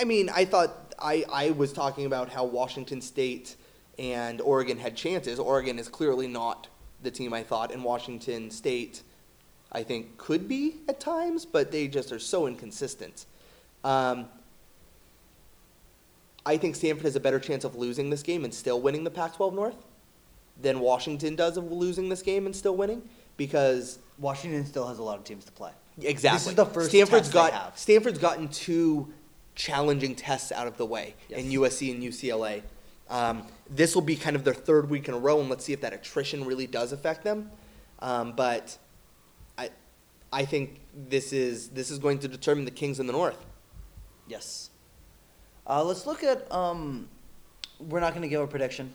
Speaker 1: I mean, I thought I, I was talking about how Washington State and Oregon had chances. Oregon is clearly not the team I thought, and Washington State, I think, could be at times, but they just are so inconsistent. Um, I think Stanford has a better chance of losing this game and still winning the Pac 12 North than Washington does of losing this game and still winning because
Speaker 2: Washington still has a lot of teams to play.
Speaker 1: Exactly.
Speaker 2: This is the first
Speaker 1: Stanford's
Speaker 2: test
Speaker 1: got
Speaker 2: they have.
Speaker 1: Stanford's gotten two challenging tests out of the way
Speaker 2: Yes.
Speaker 1: in USC and UCLA. Um, this will be kind of their third week in a row, and let's see if that attrition really does affect them. Um, but I, I think this is this is going to determine the Kings in the North.
Speaker 2: Yes. Uh, let's look at. Um, we're not going to give a prediction,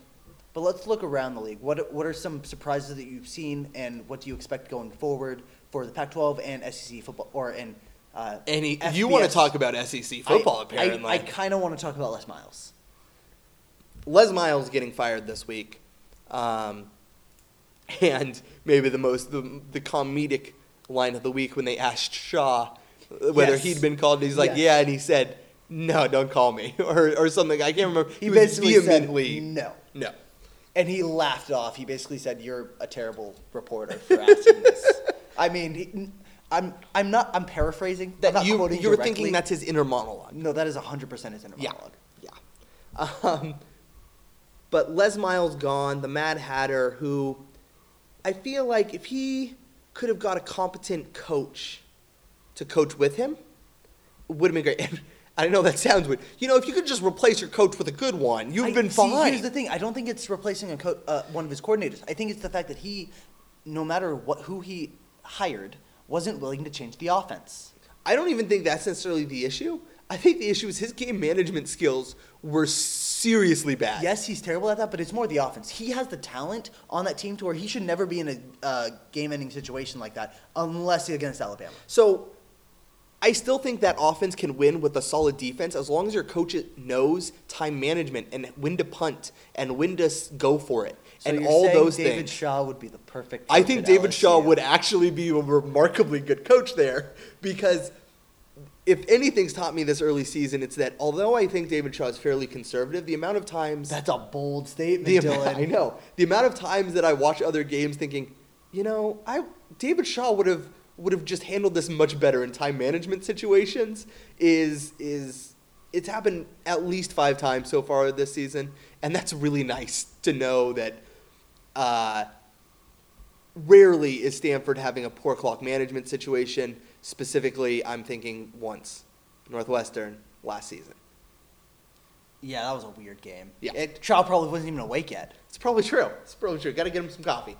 Speaker 2: but let's look around the league. What What are some surprises that you've seen, and what do you expect going forward for the Pac-12 and SEC football, or in uh,
Speaker 1: Any you
Speaker 2: FBS?
Speaker 1: want to talk about SEC football?
Speaker 2: I,
Speaker 1: apparently,
Speaker 2: I, I kind of want to talk about Les Miles.
Speaker 1: Les Miles getting fired this week, um, and maybe the most the, the comedic line of the week when they asked Shaw whether
Speaker 2: Yes.
Speaker 1: he'd been called, and he's like,
Speaker 2: Yes.
Speaker 1: "Yeah," and he said, "No, don't call me," or or something. I can't remember.
Speaker 2: He,
Speaker 1: was
Speaker 2: basically said
Speaker 1: vehemently-
Speaker 2: no,
Speaker 1: no.
Speaker 2: and he laughed it off. He basically said, "You're a terrible reporter for asking this." I mean, he, I'm I'm not I'm paraphrasing. I'm
Speaker 1: That
Speaker 2: not
Speaker 1: you
Speaker 2: quoting
Speaker 1: you were
Speaker 2: directly.
Speaker 1: thinking that's his inner monologue.
Speaker 2: no, that is 100 percent his inner
Speaker 1: Yeah.
Speaker 2: monologue.
Speaker 1: Yeah. Um, but Les Miles gone, the Mad Hatter, who I feel like if he could have got a competent coach to coach with him, it would have been great. And I know that sounds weird. You know, if you could just replace your coach with a good one, you've
Speaker 2: I-
Speaker 1: been
Speaker 2: see,
Speaker 1: fine.
Speaker 2: Here's the thing: I don't think it's replacing a co- uh, one of his coordinators. I think it's the fact that he, no matter what who he hired, wasn't willing to change the offense.
Speaker 1: I don't even think that's necessarily the issue. I think the issue is his game management skills were seriously bad.
Speaker 2: Yes, he's terrible at that, but it's more the offense. He has the talent on that team to where he should never be in a uh, game-ending situation like that, unless against Alabama.
Speaker 1: So I still think that offense can win with a solid defense as long as your coach knows time management and when to punt and when to s- go for it
Speaker 2: So
Speaker 1: and
Speaker 2: you're
Speaker 1: all
Speaker 2: saying
Speaker 1: those
Speaker 2: David
Speaker 1: things.
Speaker 2: Shaw would be the perfect.
Speaker 1: I
Speaker 2: coach
Speaker 1: think
Speaker 2: at
Speaker 1: David Shaw
Speaker 2: LSU.
Speaker 1: would actually be a remarkably good coach there because if anything's taught me this early season, it's that although I think David Shaw is fairly conservative, the amount of times
Speaker 2: That's a bold statement,
Speaker 1: the
Speaker 2: Dylan.
Speaker 1: amount, I know the amount of times that I watch other games thinking, you know, I David Shaw would have would have just handled this much better in time management situations is is it's happened at least five times so far this season, and that's really nice to know that. Uh, rarely is Stanford having a poor clock management situation. Specifically, I'm thinking once, Northwestern last season.
Speaker 2: Yeah, that was a weird game.
Speaker 1: Yeah.
Speaker 2: It, Shaw probably wasn't even awake yet.
Speaker 1: It's probably true. It's probably true. Got to get him some coffee.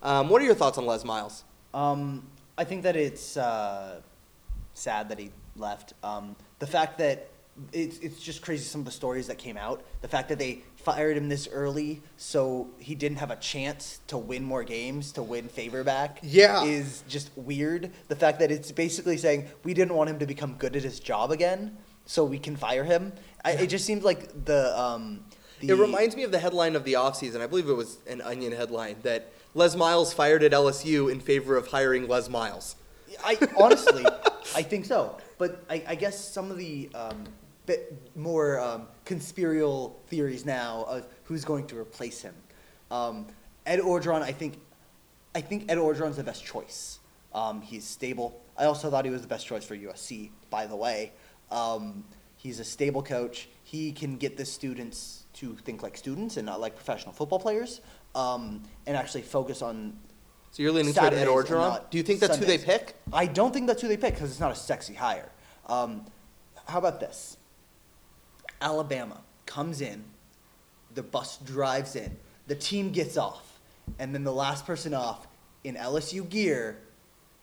Speaker 1: Um, what are your thoughts on Les Miles?
Speaker 2: Um, I think that it's uh, sad that he left. Um, the fact that it's it's just crazy some of the stories that came out. The fact that they fired him this early so he didn't have a chance to win more games, to win favor back.
Speaker 1: Yeah.
Speaker 2: Is just weird. The fact that it's basically saying we didn't want him to become good at his job again, so we can fire him. I, it just seems like the um the
Speaker 1: It reminds me of the headline of the offseason. I believe it was an Onion headline that Les Miles fired at LSU in favor of hiring Les Miles.
Speaker 2: I honestly, I think so. But I, I guess some of the um, bit more um, conspirial theories now of who's going to replace him. Um, Ed Orgeron, I think, I think Ed Orgeron's the best choice. Um, he's stable. I also thought he was the best choice for USC. By the way, um, he's a stable coach. He can get the students to think like students and not like professional football players, um, and actually focus on
Speaker 1: So you're leaning toward Ed
Speaker 2: Saturdays and
Speaker 1: Orgeron?
Speaker 2: not
Speaker 1: Do you think that's who they
Speaker 2: Sundays.
Speaker 1: pick?
Speaker 2: I don't think that's who they pick because it's not a sexy hire. Um, how about this? Alabama comes in, the bus drives in, the team gets off, and then the last person off in LSU gear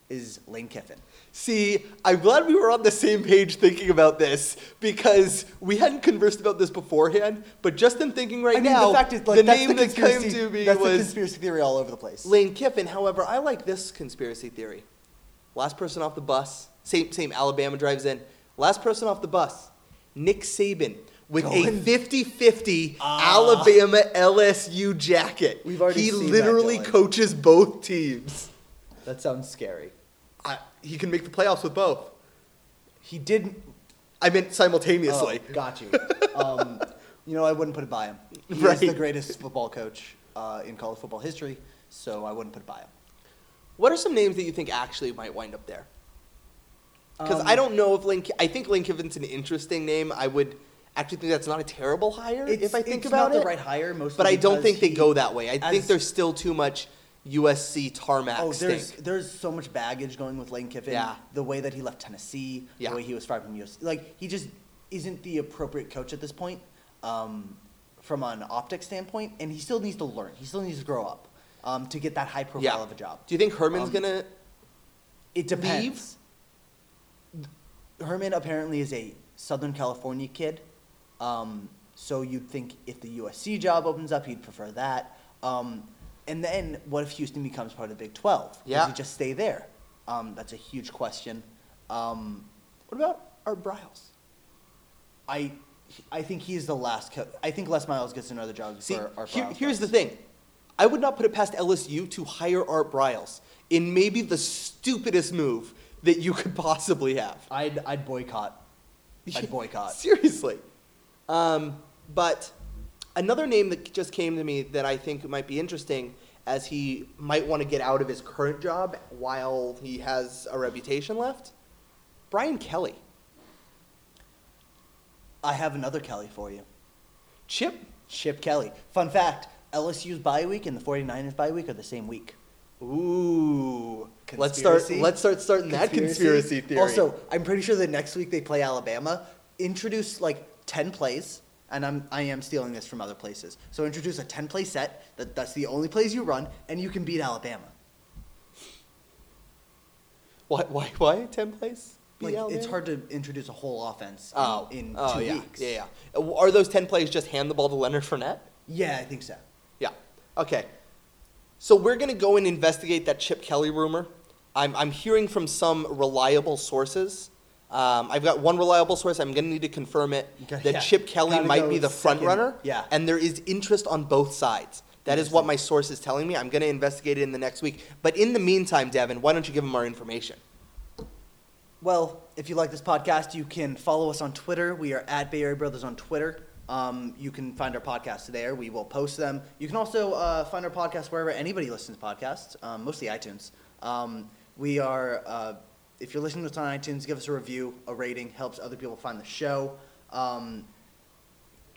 Speaker 2: is Lane Kiffin.
Speaker 1: See, I'm glad we were on the same page thinking about this because we hadn't conversed about this beforehand. But just in thinking right
Speaker 2: I mean,
Speaker 1: now,
Speaker 2: the fact is, like, that's
Speaker 1: name
Speaker 2: the
Speaker 1: that came
Speaker 2: conspiracy-
Speaker 1: to me
Speaker 2: that's the
Speaker 1: was
Speaker 2: conspiracy theory all over the place.
Speaker 1: Lane Kiffin. However, I like this conspiracy theory. Last person off the bus, same same Alabama drives in. Last person off the bus, Nick Saban with
Speaker 2: Going-
Speaker 1: a 50-50
Speaker 2: Ah.
Speaker 1: Alabama LSU jacket.
Speaker 2: We've already
Speaker 1: he
Speaker 2: seen that,
Speaker 1: literally
Speaker 2: Dylan.
Speaker 1: coaches both teams.
Speaker 2: That sounds scary.
Speaker 1: I, he can make the playoffs with both.
Speaker 2: He did
Speaker 1: I meant simultaneously.
Speaker 2: Oh, got you. Um, you know, I wouldn't put it by him. He's the
Speaker 1: Right.
Speaker 2: greatest football coach uh, in college football history, so I wouldn't put it by him.
Speaker 1: What are some names that you think actually might wind up there? Because
Speaker 2: Um,
Speaker 1: I don't know if Lane. Ki- I think Lane Kiffin's an interesting name. I would actually think that's not a terrible hire if I think
Speaker 2: it's
Speaker 1: about
Speaker 2: not
Speaker 1: it.
Speaker 2: the right hire, mostly
Speaker 1: but I don't
Speaker 2: because
Speaker 1: think they
Speaker 2: he-
Speaker 1: go that way. I think
Speaker 2: as-
Speaker 1: there's still too much USC tarmac
Speaker 2: Oh,
Speaker 1: stink.
Speaker 2: there's there's so much baggage going with Lane Kiffin.
Speaker 1: Yeah.
Speaker 2: The way that he left Tennessee,
Speaker 1: Yeah.
Speaker 2: the way he was fired from USC, like he just isn't the appropriate coach at this point, um, from an optic standpoint, and he still needs to learn. He still needs to grow up. um, to get that high profile
Speaker 1: yeah.
Speaker 2: of a job.
Speaker 1: Do you think Herman's
Speaker 2: Um,
Speaker 1: gonna?
Speaker 2: It depends. Herman apparently is a Southern California kid, um, so you'd think if the USC job opens up, he'd prefer that. Um, and then what if Houston becomes part of the Big Twelve?
Speaker 1: Yeah.
Speaker 2: Does he just stay there? Um, that's a huge question. Um, what about Art Briles? I, I think he's the last. Co- I think Les Miles gets another job
Speaker 1: See,
Speaker 2: before Art
Speaker 1: here-
Speaker 2: Briles
Speaker 1: here's the
Speaker 2: does.
Speaker 1: thing. I would not put it past LSU to hire Art Briles in maybe the stupidest move that you could possibly have.
Speaker 2: I'd I'd boycott. I'd boycott.
Speaker 1: Seriously. Um, but another name that just came to me that I think might be interesting as he might want to get out of his current job while he has a reputation left Brian Kelly.
Speaker 2: I have another Kelly for you.
Speaker 1: Chip?
Speaker 2: Chip Kelly. Fun fact LSU's bye week and the 49ers bye week are the same week.
Speaker 1: Ooh. Let's start
Speaker 2: Conspiracy?
Speaker 1: let's start starting that conspiracy theory.
Speaker 2: Also, I'm pretty sure that next week they play Alabama. Introduce like 10 plays, and I'm, I am stealing this from other places. So introduce a 10 play set, that, that's the only plays you run, and you can beat Alabama.
Speaker 1: why why why ten plays?
Speaker 2: Like, it's
Speaker 1: Alabama?
Speaker 2: hard to introduce a whole offense in,
Speaker 1: Oh,
Speaker 2: in
Speaker 1: oh,
Speaker 2: two
Speaker 1: yeah,
Speaker 2: weeks.
Speaker 1: Yeah, yeah. Uh, w- Are those ten plays just hand the ball to Leonard Fournette?
Speaker 2: Yeah, I think so.
Speaker 1: Yeah. Okay. So we're going to go and investigate that Chip Kelly rumor. I'm, I'm hearing from some reliable sources. Um, I've got one reliable source. I'm going to need to confirm it
Speaker 2: Okay,
Speaker 1: that
Speaker 2: yeah.
Speaker 1: Chip Kelly
Speaker 2: Gotta
Speaker 1: might
Speaker 2: go
Speaker 1: be the front
Speaker 2: second.
Speaker 1: runner.
Speaker 2: Yeah.
Speaker 1: And there is interest on both sides. That is what my source is telling me. I'm going to investigate it in the next week. But in the meantime, Devin, why don't you give them our information?
Speaker 2: Well, if you like this podcast, you can follow us on Twitter. We are at Bay Area Brothers on Twitter. Um, you can find our podcasts there. We will post them. You can also uh, find our podcast wherever anybody listens to podcasts, um, mostly iTunes. Um, we are, uh, if you're listening to us on iTunes, give us a review, a rating, helps other people find the show. Um,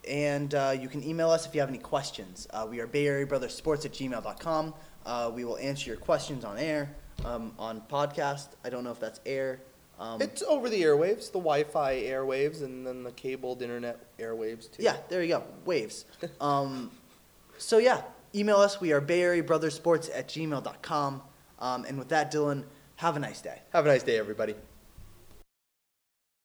Speaker 2: and uh, you can email us if you have any questions. Uh, we are Bay Area Brothers Sports at gmail.com. Uh, we will answer your questions on air, um, on podcast. I don't know if that's air. Um,
Speaker 1: It's over the airwaves, the Wi Fi airwaves, and then the cabled internet airwaves, too.
Speaker 2: yeah, there you go. Waves. um, so, yeah, email us. We are Bay Area Brothers Sports at gmail.com. Um, and with that, Dylan, have a nice day.
Speaker 1: Have a nice day, everybody.